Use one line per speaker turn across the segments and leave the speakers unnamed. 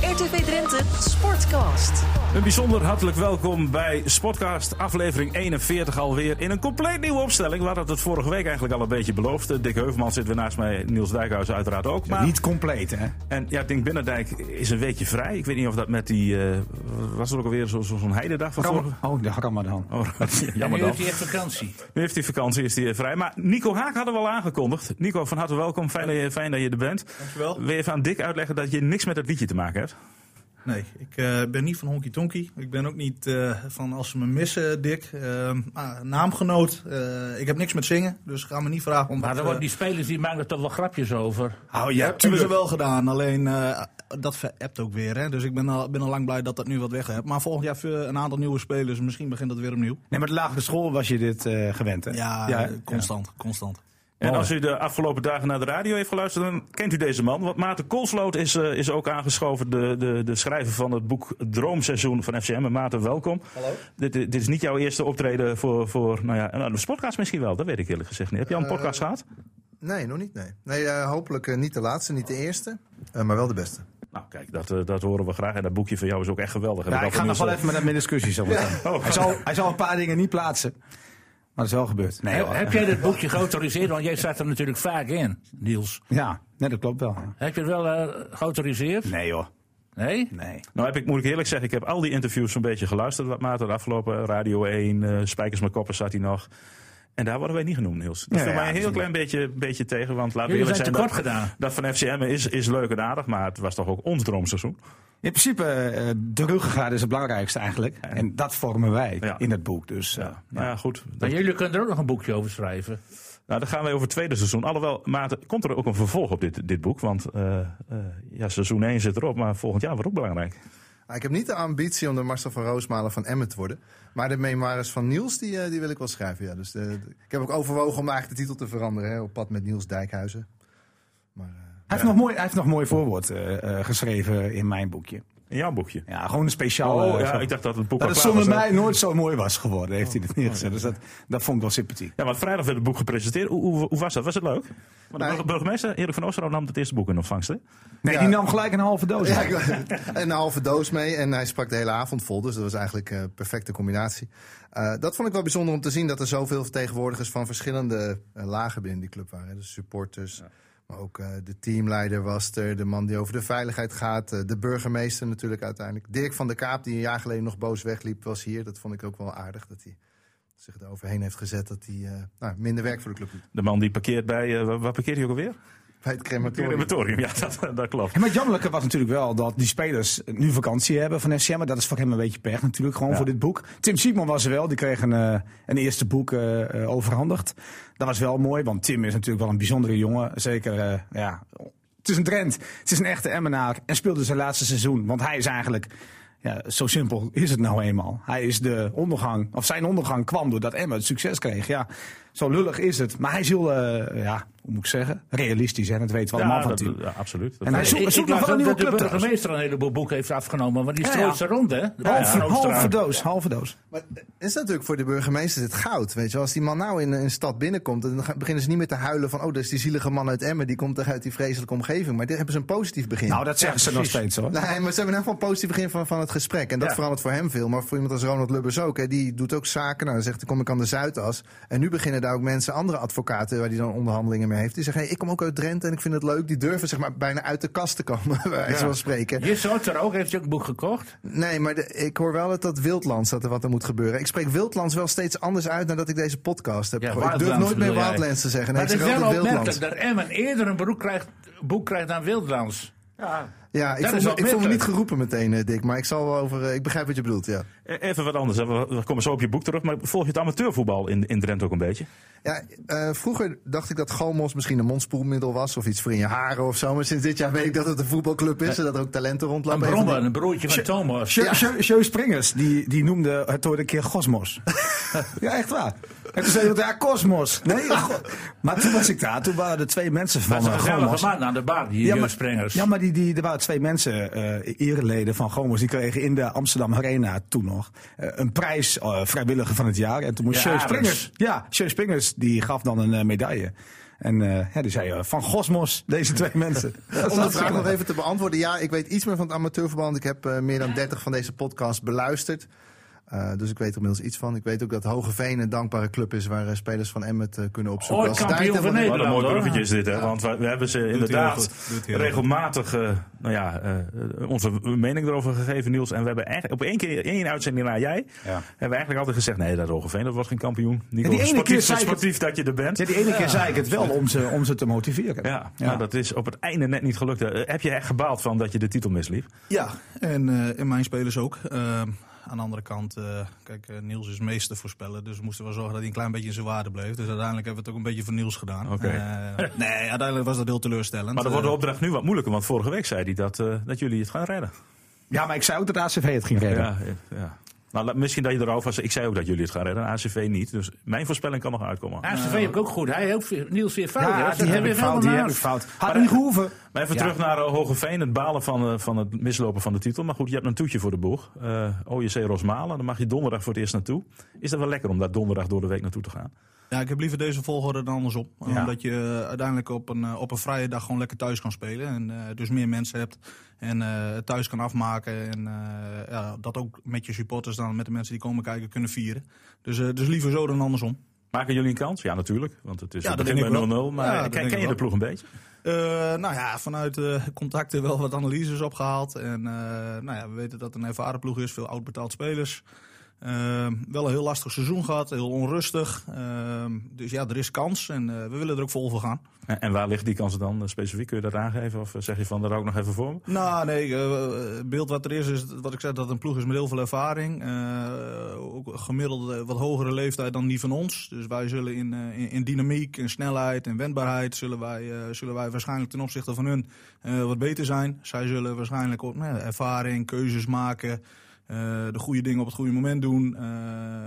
RTV Drenthe Sportcast.
Een bijzonder hartelijk welkom bij Sportcast, aflevering 41 alweer. In een compleet nieuwe opstelling. We hadden het vorige week eigenlijk al een beetje beloofd. Dick Heuvelman zit weer naast mij, Niels Dijkhuis uiteraard ook. Maar...
Niet compleet, hè?
En ja, Dink Binnendijk is een weekje vrij. Ik weet niet of dat met die. eh, was er ook alweer zo- zo- zo'n heidendag van vorige.
Oh, de Ramadan.
Oh, jammer
nu
dan.
heeft hij echt vakantie.
Nu heeft hij vakantie, is hij eh, vrij. Maar Nico Haak hadden we al aangekondigd. Nico, van harte welkom. Fijn dat je, fijn dat je er bent.
Dankjewel.
Wil je even aan Dick uitleggen dat je niks met het liedje te maken hebt?
Nee, ik eh, ben niet van honky tonky. Ik ben ook niet eh, van als ze me missen, Dick. Ehm, maar naamgenoot. eh, ik heb niks met zingen, dus ga me niet vragen om.
Maar
dat,
dan
eh,
worden die spelers die maken er toch wel grapjes over.
Oh ja, hebben ze wel gedaan. Alleen eh, dat verept ook weer. Hè? Dus ik ben al, ben al lang blij dat dat nu wat weg hebt. Maar volgend jaar eh, een aantal nieuwe spelers. Misschien begint dat weer opnieuw.
Nee, met lagere school was je dit eh, gewend, hè?
Ja, eh, constant, constant.
En
Mooi.
als u de afgelopen dagen naar de radio heeft geluisterd, dan kent u deze man. Want Maarten Koolsloot is, eh, is ook aangeschoven, de, de, de schrijver van het boek Droomseizoen van FCM. En Maarten, welkom. Hallo. Dit, eh, dit is niet jouw eerste optreden voor, voor nou ja, nou, de podcast misschien wel, dat weet ik eerlijk gezegd niet. Heb je al een
Eh,
podcast gehad?
Nee, nog niet. Nee, nee eh, hopelijk eh, niet de laatste, niet de eerste, eh, maar wel de beste.
Nou, kijk, dat, eh, dat horen we graag. En dat boekje van jou is ook echt geweldig. En
Ja,
dat
ik ga nog
dat
wel
nu
even met hem in discussie. Zo meteen.
Oh.
hij, zal, hij zal een paar dingen niet plaatsen. Maar dat is wel gebeurd. Eh, Nee,
He-
hoor.
heb jij dat boekje geautoriseerd? Want jij staat er natuurlijk vaak in, Niels.
Ja, nee, dat klopt wel.
Heb je het wel eh, geautoriseerd?
Nee, joh.
Nee?
Nee.
Nou, heb ik, moet ik eerlijk zeggen, ik heb al die interviews zo'n beetje geluisterd. Wat Maarten de afgelopen Radio 1, eh, Spijkers met Koppen zat hij nog. En daar worden wij niet genoemd, Niels. Dat
Ja,
viel mij
ja,
een
dat
heel
is
klein beetje, beetje tegen. Want laten we
Jullie
eerlijk zijn,
zijn tekort
dat,
gedaan.
dat van FCM is, is leuk en aardig. Maar het was toch ook ons droomseizoen.
In principe, eh, de ruggengraat is het belangrijkste eigenlijk. En dat vormen wij
Ja.
in het boek. Dus, eh,
Nou ja, goed. Dat,
Maar jullie kunnen er ook nog een boekje over schrijven.
nou, dan gaan wij over het tweede seizoen. Alhoewel, Maarten, komt er ook een vervolg op dit, dit boek? Want eh, eh, ja, seizoen 1 zit erop, maar volgend jaar wordt ook belangrijk.
Ah, ik heb niet de ambitie om de Marcel van Roosmalen van Emmet te worden. Maar de memoires van Niels, die, eh, die wil ik wel schrijven. Ja. Dus de- de- ik heb ook overwogen om eigenlijk de titel te veranderen. Hè, op pad met Niels Dijkhuizen. Maar, eh,
hij, heeft nog mooi, hij heeft nog een mooi voorwoord eh, eh, geschreven in mijn boekje.
In jouw boekje.
Ja, gewoon een speciaal.
Oh,
eh,
ja,
zo-
ik dacht dat het boek
dat
al
het
klaar
zonder
was, hè? Oh,
mij nooit zo mooi was geworden, heeft hij dat neergezet. Dus dat, dat vond ik wel sympathiek.
Ja, want vrijdag werd het boek gepresenteerd. Hoe, hoe, hoe was dat? Was het leuk? Want de
Nee.
burg- burgemeester Erik van Oosterhout nam het eerste boek in ontvangst. Hè?
Nee,
Ja.
die nam gelijk een halve doos.
ja, ik- een halve doos mee en hij sprak de hele avond vol. Dus dat was eigenlijk eh, een perfecte combinatie. Eh, dat vond ik wel bijzonder om te zien dat er zoveel vertegenwoordigers van verschillende eh, lagen binnen die club waren. hè. Dus supporters, maar ook eh, de teamleider was er, de man die over de veiligheid gaat, eh, de burgemeester natuurlijk uiteindelijk. Dirk van der Kaap, die een jaar geleden nog boos wegliep, was hier. Dat vond ik ook wel aardig dat hij zich eroverheen heeft gezet dat hij eh, nou, minder werk voor de club doet.
De man die parkeert bij. eh, waar- waar parkeert hij ook alweer?
Bij het crematorium.
Crematorium. Ja, dat, dat klopt.
Ja, Maar het jammerlijke was natuurlijk wel dat die spelers nu vakantie hebben van FCM. Maar dat is voor hem een beetje pech natuurlijk, gewoon
Ja.
voor dit boek. Tim Siekman was er wel, die kreeg een, eh, een eerste boek eh, eh, overhandigd. Dat was wel mooi, want Tim is natuurlijk wel een bijzondere jongen. Zeker, eh, ja, het is een trend. Het is een echte Emmenaar en speelde zijn laatste seizoen. Want hij is eigenlijk, ja, zo simpel is het nou eenmaal. Hij is de ondergang, of zijn ondergang kwam doordat Emmen het succes kreeg. Ja, zo lullig is het. Maar hij is heel, eh, ja, hoe moet ik zeggen, realistisch. En dat weet wel een man
Ja,
van
dat-
Tim.
ja, absoluut. Dat-
En hij
Ik-
zoekt,
ik
zoekt nog
las
wel een
ook
nieuwe
dat
club
de
trouwens.
burgemeester een heleboel boeken heeft afgenomen. Want die
Ja,
strooit
ja.
ze rond, hè? De
Halve,
Oosteraan.
halve doos, halve doos.
Maar het is natuurlijk voor de burgemeester het goud. Weet je, wel. als die man nou in een stad binnenkomt, dan gaan- beginnen ze niet meer te huilen van, oh, dat is die zielige man uit Emmen, die komt toch uit die vreselijke omgeving. Maar daar hebben ze een positief begin.
Nou, dat zeggen ze nog steeds hoor.
Nee, maar ze hebben in ieder geval een positief begin van, van het gesprek. En dat
Ja.
verandert voor hem veel. Maar voor iemand als Ronald Lubbers ook. Hè, die doet ook zaken. Nou, dan zegt hij, kom ik aan de Zuidas. En nu beginnen daar ook mensen, andere advocaten... waar die dan onderhandelingen mee heeft. Die zeggen, hey, ik kom ook uit Drenthe en ik vind het leuk. Die durven zeg maar bijna uit de kast te komen, bij wijze van spreken.
Je soort er ook, heeft hij ook een boek gekocht.
Nee, maar de- ik hoor wel dat dat wildlands, dat er wat er moet gebeuren. Ik spreek wildlands wel steeds anders uit nadat ik deze podcast heb.
Ja,
gehoord. ik durf
Wildlands
nooit meer
bedoel jij.
wildlands te zeggen. Nee,
maar
ik
het is
zeg
wel
altijd wildlands.
opmerkelijk dat Emmen eerder een boek krijgt, boek krijgt dan Wildlands.
Ja, ik
dat
voel,
is
me, ik voel me
opmerkelijk.
niet geroepen meteen, eh, Dick. Maar ik zal wel over... eh, ik begrijp wat je bedoelt, ja.
Eh, Even wat anders. hè. We we komen zo op je boek terug. Maar volg je het amateurvoetbal in, in Drenthe ook een beetje?
Ja, eh, vroeger dacht ik dat galmos misschien een mondspoelmiddel was. Of iets voor in je haren of zo. Maar sinds dit jaar weet ik dat het een voetbalclub is. En dat er ook talenten
Een
rondlopen.
brommer, een broertje van Thomas.
Sjeu- Sjeu- Sjeu Springers, die, die noemde het ooit een keer Cosmos. ja, echt waar. En toen zei hij, ja, Cosmos. Nee, go- maar toen was ik daar, toen waren er twee mensen
Dat is
van
een
eh,
gezellige
Gomos.
man aan de bar, die
maar-
jeugdspringers.
ja, maar die, die, er waren twee mensen, eh ereleden van Gomos, die kregen in de Amsterdam Arena toen nog eh, een prijs eh, vrijwilliger van het jaar. En toen moest
Ja,
Sjeu
Arends.
Springers, ja, Sjeu Springers, die gaf dan een eh, medaille. En eh, ja, die zei eh, van Gosmos, deze twee mensen. Dat is
Om de
hartstikke
vraag nog
leuk.
even te beantwoorden. Ja, ik weet iets meer van het amateurverband. Ik heb eh, meer dan 30 van deze podcasts beluisterd. Eh, dus ik weet er inmiddels iets van. Ik weet ook dat Hogeveen een dankbare club is waar eh, spelers van Emmet eh, kunnen opzoeken.
Oh,
Ooit
als ze
kampioen
tijd
van
hebben.
Nederland.
Wat een mooi
hoor.
bruggetje is dit, hè? Want we, we hebben ze inderdaad
goed, doet hij heel
regelmatig eh, nou ja, eh, onze mening erover gegeven, Niels. En we hebben eigenlijk op één keer één uitzending na jij. Hebben we eigenlijk altijd gezegd: nee, dat Roggeveen, dat was geen kampioen. Nico,
ene
sportief,
keer zei ik het-
sportief dat je er bent.
Ja, die ene keer zei ik het wel om ze, om ze te motiveren.
Ja, maar dat is op het einde net niet gelukt. Eh, Heb je echt gebaald van dat je de titel misliep?
Ja, en, eh, en mijn spelers ook. Ehm, aan de andere kant, eh, kijk, eh, Niels is meester voorspeller. Dus we moesten wel zorgen dat hij een klein beetje in zijn waarde bleef. Dus uiteindelijk hebben we het ook een beetje voor Niels gedaan.
Oké.
Eh, nee, uiteindelijk was dat heel teleurstellend.
Maar dan wordt de
Eh,
opdracht nu wat moeilijker, want vorige week zei hij dat, eh, dat jullie het gaan redden.
Ja, maar ik zei ook dat ACV het ging redden.
Ja, ja. ja. Nou, la- misschien dat je erover was. Ik zei ook dat jullie het gaan redden. ACV niet. Dus mijn voorspelling kan nog uitkomen.
Ah,
ACV heb ik ook goed. Hij heeft ook Niels weer fout. hè?
Ja,
Dat
die
is
heb
weer
ik fout, die
helemaal
heb ik
naast.
fout. Had
Maar,
niet
eh,
gehoeven.
Maar even
Ja.
terug naar eh, Hogeveen. Het balen van, eh, van het mislopen van de titel. Maar goed, je hebt een toetje voor de boeg. Eh OJC Rosmalen. Dan mag je donderdag voor het eerst naartoe. Is dat wel lekker om daar donderdag door de week naartoe te gaan?
Ja, ik heb liever deze volgorde dan andersom. Omdat je eh, uiteindelijk op een, eh, op een vrije dag gewoon lekker thuis kan spelen. En eh, dus meer mensen hebt. En eh, het thuis kan afmaken. En eh, ja, dat ook met je supporters dan, met de mensen die komen kijken, kunnen vieren. Dus, eh, dus liever zo dan andersom.
Maken jullie een kans? Ja, natuurlijk. Want het is
Ja,
het
dat
begin
denk ik
bij 0-0.
wel.
Maar eh,
Ja, dat
ken-
denk
ken,
ik
je de
wel.
ploeg een beetje?
Eh, nou ja, vanuit eh, contacten wel wat analyses opgehaald. En eh, nou ja, we weten dat het een ervaren ploeg is, veel oud betaald spelers. Ehm, wel een heel lastig seizoen gehad, heel onrustig. Ehm, dus ja, er is kans en eh, we willen er ook vol voor gaan.
En, en waar ligt die kans dan eh, specifiek? Kun je dat aangeven? Of eh, zeg je van, daar ook nog even voor me?
Nou, nee, eh, het beeld wat er is, is wat ik zei, dat het een ploeg is met heel veel ervaring. Eh, ook gemiddeld eh, wat hogere leeftijd dan die van ons. Dus wij zullen in, eh, in, in dynamiek, in snelheid en wendbaarheid, zullen wij, eh, zullen wij waarschijnlijk ten opzichte van hun eh, wat beter zijn. Zij zullen waarschijnlijk op nou ja, ervaring, keuzes maken. eh, de goede dingen op het goede moment doen. eh,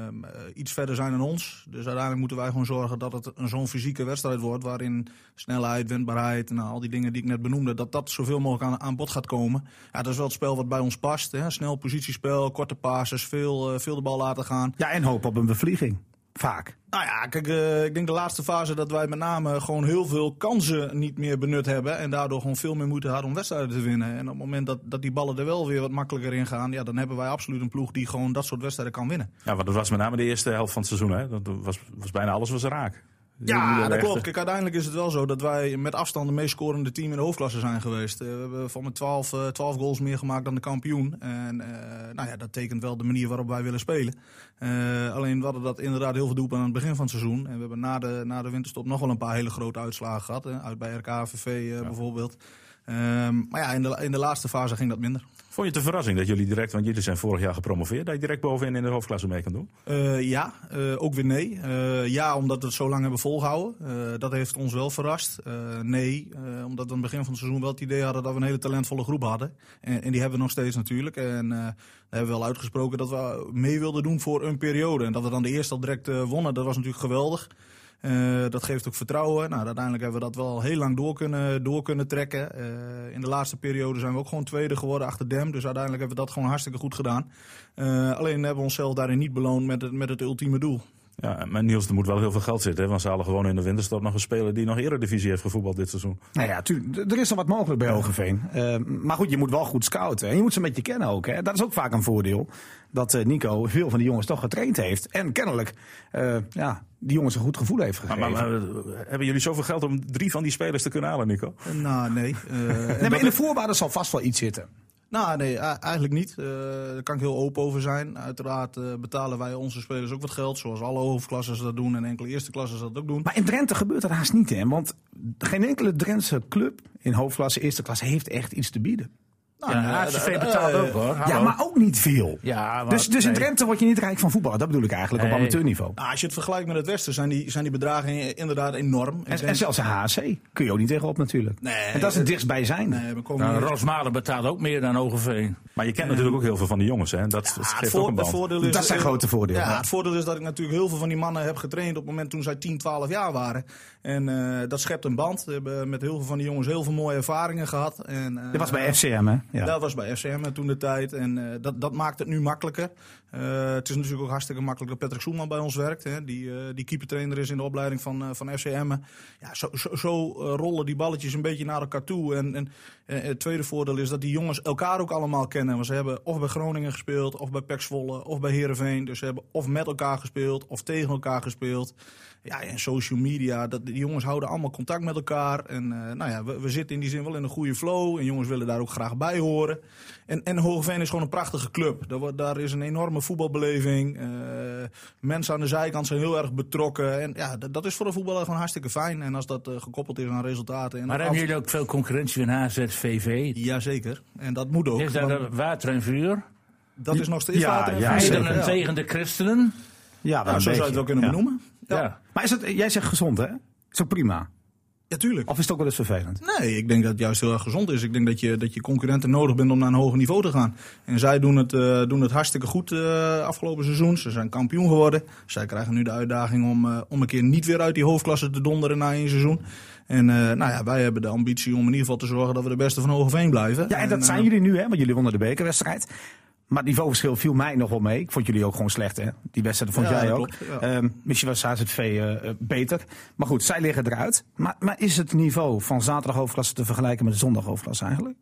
eh, iets verder zijn dan ons. Dus uiteindelijk moeten wij gewoon zorgen dat het een zo'n fysieke wedstrijd wordt. Waarin snelheid, wendbaarheid, nou, al die dingen die ik net benoemde, dat dat zoveel mogelijk aan, aan bod gaat komen. Ja, dat is wel het spel wat bij ons past. Hè. Snel positiespel, korte passes, veel, eh, veel de bal laten gaan.
Ja, en hoop op een bevlieging. Vaak.
Nou ja, kijk, eh, ik denk de laatste fase dat wij met name gewoon heel veel kansen niet meer benut hebben. En daardoor gewoon veel meer moeite hadden om wedstrijden te winnen. En op het moment dat, dat die ballen er wel weer wat makkelijker in gaan, ja, dan hebben wij absoluut een ploeg die gewoon dat soort wedstrijden kan winnen.
Ja, want dat was met name de eerste helft van het seizoen. Hè? Dat was, was bijna alles was raak. Jullie
Ja,
hebben
dat
echt-
klopt. Kijk, uiteindelijk is het wel zo dat wij met afstand de meest scorende team in de hoofdklasse zijn geweest. Eh, we hebben van met 12, eh, 12 goals meer gemaakt dan de kampioen. En eh, nou ja, dat tekent wel de manier waarop wij willen spelen. Eh, alleen we hadden dat inderdaad heel veel doelpunten aan het begin van het seizoen. En we hebben na de, na de winterstop nog wel een paar hele grote uitslagen gehad. hè. Uit bij RKVV eh, bijvoorbeeld. Ehm, maar ja, in de, in de laatste fase ging dat minder.
Vond je het een verrassing dat jullie direct, want jullie zijn vorig jaar gepromoveerd, dat je direct bovenin in de hoofdklasse mee kan doen?
Eh, ja, eh, ook weer nee. Eh, ja, omdat we het zo lang hebben volgehouden. Eh, dat heeft ons wel verrast. Eh, nee, eh, omdat we aan het begin van het seizoen wel het idee hadden dat we een hele talentvolle groep hadden. En, en die hebben we nog steeds natuurlijk. En eh we hebben wel uitgesproken dat we mee wilden doen voor een periode. En dat we dan de eerste al direct eh, wonnen, dat was natuurlijk geweldig. Eh, dat geeft ook vertrouwen. Nou, uiteindelijk hebben we dat wel heel lang door kunnen, door kunnen trekken. Eh, in de laatste periode zijn we ook gewoon tweede geworden achter Dem. Dus uiteindelijk hebben we dat gewoon hartstikke goed gedaan. Eh, alleen hebben we onszelf daarin niet beloond met het, met het ultieme doel.
Ja, maar Niels, er moet wel heel veel geld zitten, hè? want ze halen gewoon in de winterstop nog een speler die nog eredivisie heeft gevoetbald dit seizoen.
Nou ja, tuurlijk, d- er is nog wat mogelijk bij Hogeveen. Eh, maar goed, je moet wel goed scouten. En je moet ze een beetje kennen ook. Hè. Dat is ook vaak een voordeel. Dat eh, Nico veel van die jongens toch getraind heeft. En kennelijk eh, ja, die jongens een goed gevoel heeft
Maar,
gegeven.
maar, maar, eh, hebben jullie zoveel geld om drie van die spelers te kunnen halen, Nico?
Eh, nou, nee. Eh, en
nee,
dat-
maar in de voorwaarden zal vast wel iets zitten.
Nou, nee, e- eigenlijk niet. Eh, daar kan ik heel open over zijn. Uiteraard eh, betalen wij onze spelers ook wat geld. Zoals alle hoofdklassers dat doen en enkele eerste klassers dat ook doen.
Maar in Drenthe gebeurt dat haast niet. Hè? Want geen enkele Drentse club in hoofdklasse, eerste klasse heeft echt iets te bieden.
Nou,
Ja,
eh,
ACV
eh,
betaalt
eh,
ook hoor.
Ja,
Hallo.
maar ook niet veel.
Ja, maar-
dus dus in
nee.
Drenthe word je niet rijk van voetbal. Dat bedoel ik eigenlijk op
Nee.
amateurniveau.
nou, als je het vergelijkt met het Westen, zijn die, zijn die bedragen inderdaad enorm. Ik
En, en
denk-
zelfs de HAC kun je ook niet tegenop natuurlijk.
Nee,
en dat is het dichtstbijzijnde.
Nee, we komen
Nou,
hier-
Rosmalen betaalt ook meer dan Hogeveen.
Maar je kent natuurlijk ook heel veel van die jongens, hè? Dat, dat
Ja,
geeft
voor-
ook een band.
het voordeel is-
Dat zijn
eh,
grote voordelen.
Ja, het voordeel is dat ik natuurlijk heel veel van die mannen heb getraind op het moment toen zij 10, 12 jaar waren. En eh, dat schept een band. We hebben met heel veel van die jongens heel veel mooie ervaringen gehad. En, eh,
Dit was bij FCM, hè? Ja.
Daar was bij FCM toen de tijd. En eh, dat, dat maakt het nu makkelijker. Eh, het is natuurlijk ook hartstikke makkelijk dat Patrick Soeman bij ons werkt. Hè, die, eh, die keepertrainer is in de opleiding van, eh, van FCM. Ja, zo zo, zo eh, rollen die balletjes een beetje naar elkaar toe. En, en eh, het tweede voordeel is dat die jongens elkaar ook allemaal kennen. Want ze hebben of bij Groningen gespeeld, of bij Pek Zwolle, of bij Heerenveen. Dus ze hebben of met elkaar gespeeld, of tegen elkaar gespeeld. Ja, en social media, dat, die jongens houden allemaal contact met elkaar. En eh, nou ja, we, we zitten in die zin wel in een goede flow. En jongens willen daar ook graag bij horen. En, en Hogeveen is gewoon een prachtige club. Daar, wordt- daar is een enorme voetbalbeleving. Eh, mensen aan de zijkant zijn heel erg betrokken. En ja, dat, dat is voor een voetballer gewoon hartstikke fijn. En als dat eh, gekoppeld is aan resultaten. En
Maar
aan
hebben
af-
jullie ook veel concurrentie van HZVV?
Jazeker. En dat moet ook.
Is dat
want
er water en vuur?
dat is nog steeds
Ja,
water en
ja,
vuur.
zeker.
Iedereen tegen de christenen?
Ja,
Ja, zo zou je het wel kunnen benoemen.
Ja.
Maar is het, jij zegt gezond, hè? Is ook prima.
Ja, tuurlijk.
Of is het ook wel eens vervelend?
Nee, ik denk dat het juist heel erg gezond is. Ik denk dat je, dat je concurrenten nodig bent om naar een hoger niveau te gaan. En zij doen het, eh, doen het hartstikke goed eh, afgelopen seizoen. Ze zijn kampioen geworden. Zij krijgen nu de uitdaging om, eh, om een keer niet weer uit die hoofdklasse te donderen na één seizoen. En eh, nou ja, wij hebben de ambitie om in ieder geval te zorgen dat we de beste van Hogeveen blijven.
Ja, en dat
eh,
zijn jullie nu, hè? Want jullie wonnen de bekerwedstrijd. Maar het niveauverschil viel mij nog wel mee. Ik vond jullie ook gewoon slecht, hè? Die wedstrijd vond
Ja,
jij
dat
ook.
klopt, ja.
Ehm, misschien was HZV eh, eh, beter. Maar goed, zij liggen eruit. Maar, maar is het niveau van zaterdag hoofdklasse te vergelijken met de zondag hoofdklasse eigenlijk?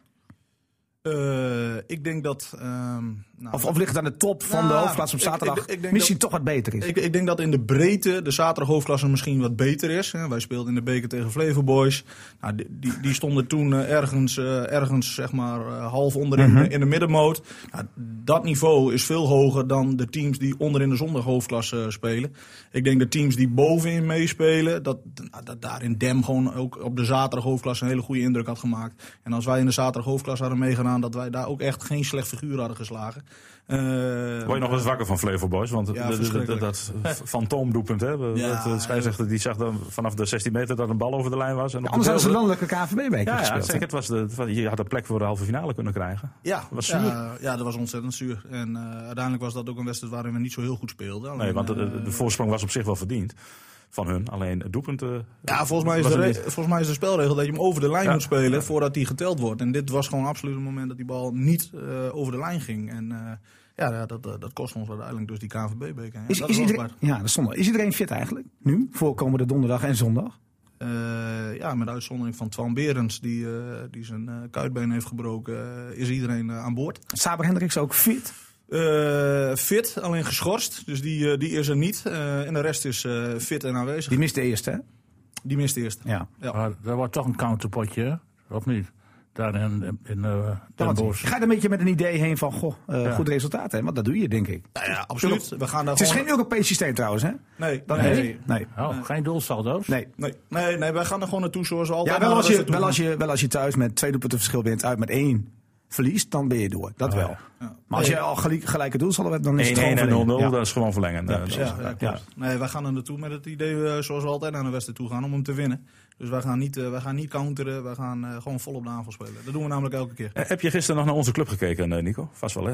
eh, ik denk dat... ehm, nou,
Of, of ligt het aan de top van
Nou,
de hoofdklasse op
ik- ik-
zaterdag
ik denk
misschien
dat-
toch wat beter is?
Ik, ik denk dat in de breedte de zaterdag hoofdklasse misschien wat beter is. hè. Wij speelden in de beker tegen Flevo Boys. Nou, die, die, die stonden toen eh, ergens, eh, ergens zeg maar, eh, half onderin in, de middenmoot. Nou, dat niveau is veel hoger dan de teams die onderin de zondag hoofdklasse eh, spelen. Ik denk de teams die bovenin meespelen, dat, nou, dat daarin Dem gewoon ook op de zaterdag hoofdklasse een hele goede indruk had gemaakt. En als wij in de zaterdag hoofdklasse hadden meegedaan, dat wij daar ook echt geen slecht figuur hadden geslagen. Eh,
Word je nog eens wakker van Flevo Boys? Want
Ja,
dat- dat- dat,
verschrikkelijk.
dat fantoomdoelpunt, hè? Dat-
Ja,
dat, de scheidsrechter die zag dan vanaf de 16 meter dat een bal over de lijn was. En op
Anders hadden ze
de-
een landelijke KVB-beker
Ja, ja
gespeeld.
zeker. Het was de, het was- je had een plek voor de halve finale kunnen krijgen.
Ja,
Was
ja,
zuur.
Ja, dat was ontzettend zuur. En eh, uiteindelijk was dat ook een wedstrijd waarin we niet zo heel goed speelden.
Nee,
Alleen,
want de,
eh,
de- de voorsprong was op zich wel verdiend van hun. Alleen het doelpunt. eh,
ja, volgens mij, is
was
de
er
re-
niet.
volgens mij is de spelregel dat je hem over de lijn
Ja.
moet spelen voordat hij geteld wordt. En dit was gewoon absoluut het moment dat die bal niet eh, over de lijn ging. En eh, ja, ja, dat, eh, dat kost ons uiteindelijk dus die KNVB-beker. Ja,
Is,
dat
is,
wel
iedereen,
apart.
ja, dat is, zondag. is iedereen fit eigenlijk? Nu, voorkomende donderdag en zondag?
Eh, ja, met uitzondering van Twan Berends, die, eh, die zijn eh, kuitbeen heeft gebroken, eh, is iedereen eh, aan boord.
Saber Hendricks ook fit?
Eh, fit, alleen geschorst. Dus die, eh, die is er niet. Eh, en de rest is eh, fit en aanwezig.
Die mist de eerste, hè?
Die mist eerst.
Ja.
Maar dat wordt toch een counterpotje, hè? of niet? Daar in, in eh
Ja,
Den
want
Bosch.
ga er een beetje met een idee heen van, goh, eh,
Ja.
goed resultaat, hè? Want dat doe je, denk ik.
Nou ja, absoluut. We gaan daar
Het is
gewoon...
geen Europees systeem trouwens, hè?
Nee,
Dan-
nee.
Nee?
nee.
Nee.
Oh, geen doelsaldo's?
nee.
Nee, nee, wij gaan er gewoon naartoe zoals we altijd
Ja, wel
naar
als,
de
je,
wedstrijd
wel,
toe
als je, wel als je thuis met twee doelpunten verschil wint, uit met één verliest, dan ben je door. Dat wel. Maar als je al gelijk, gelijke doelsaldo hebt, dan is het
1-1
gewoon
en 0-0,
verleden. Ja.
dat is gewoon verlengen. Eh, dat
gaan.
is-
Ja, ja, klopt. Nee, wij gaan er naartoe met het idee eh, zoals we altijd naar een wedstrijd toe gaan om hem te winnen. Dus wij gaan niet, eh, wij gaan niet counteren, wij gaan eh, gewoon vol op de aanval spelen. Dat doen we namelijk elke keer.
Eh, Heb je gisteren nog naar onze club gekeken, eh, Nico? Vast wel, hè?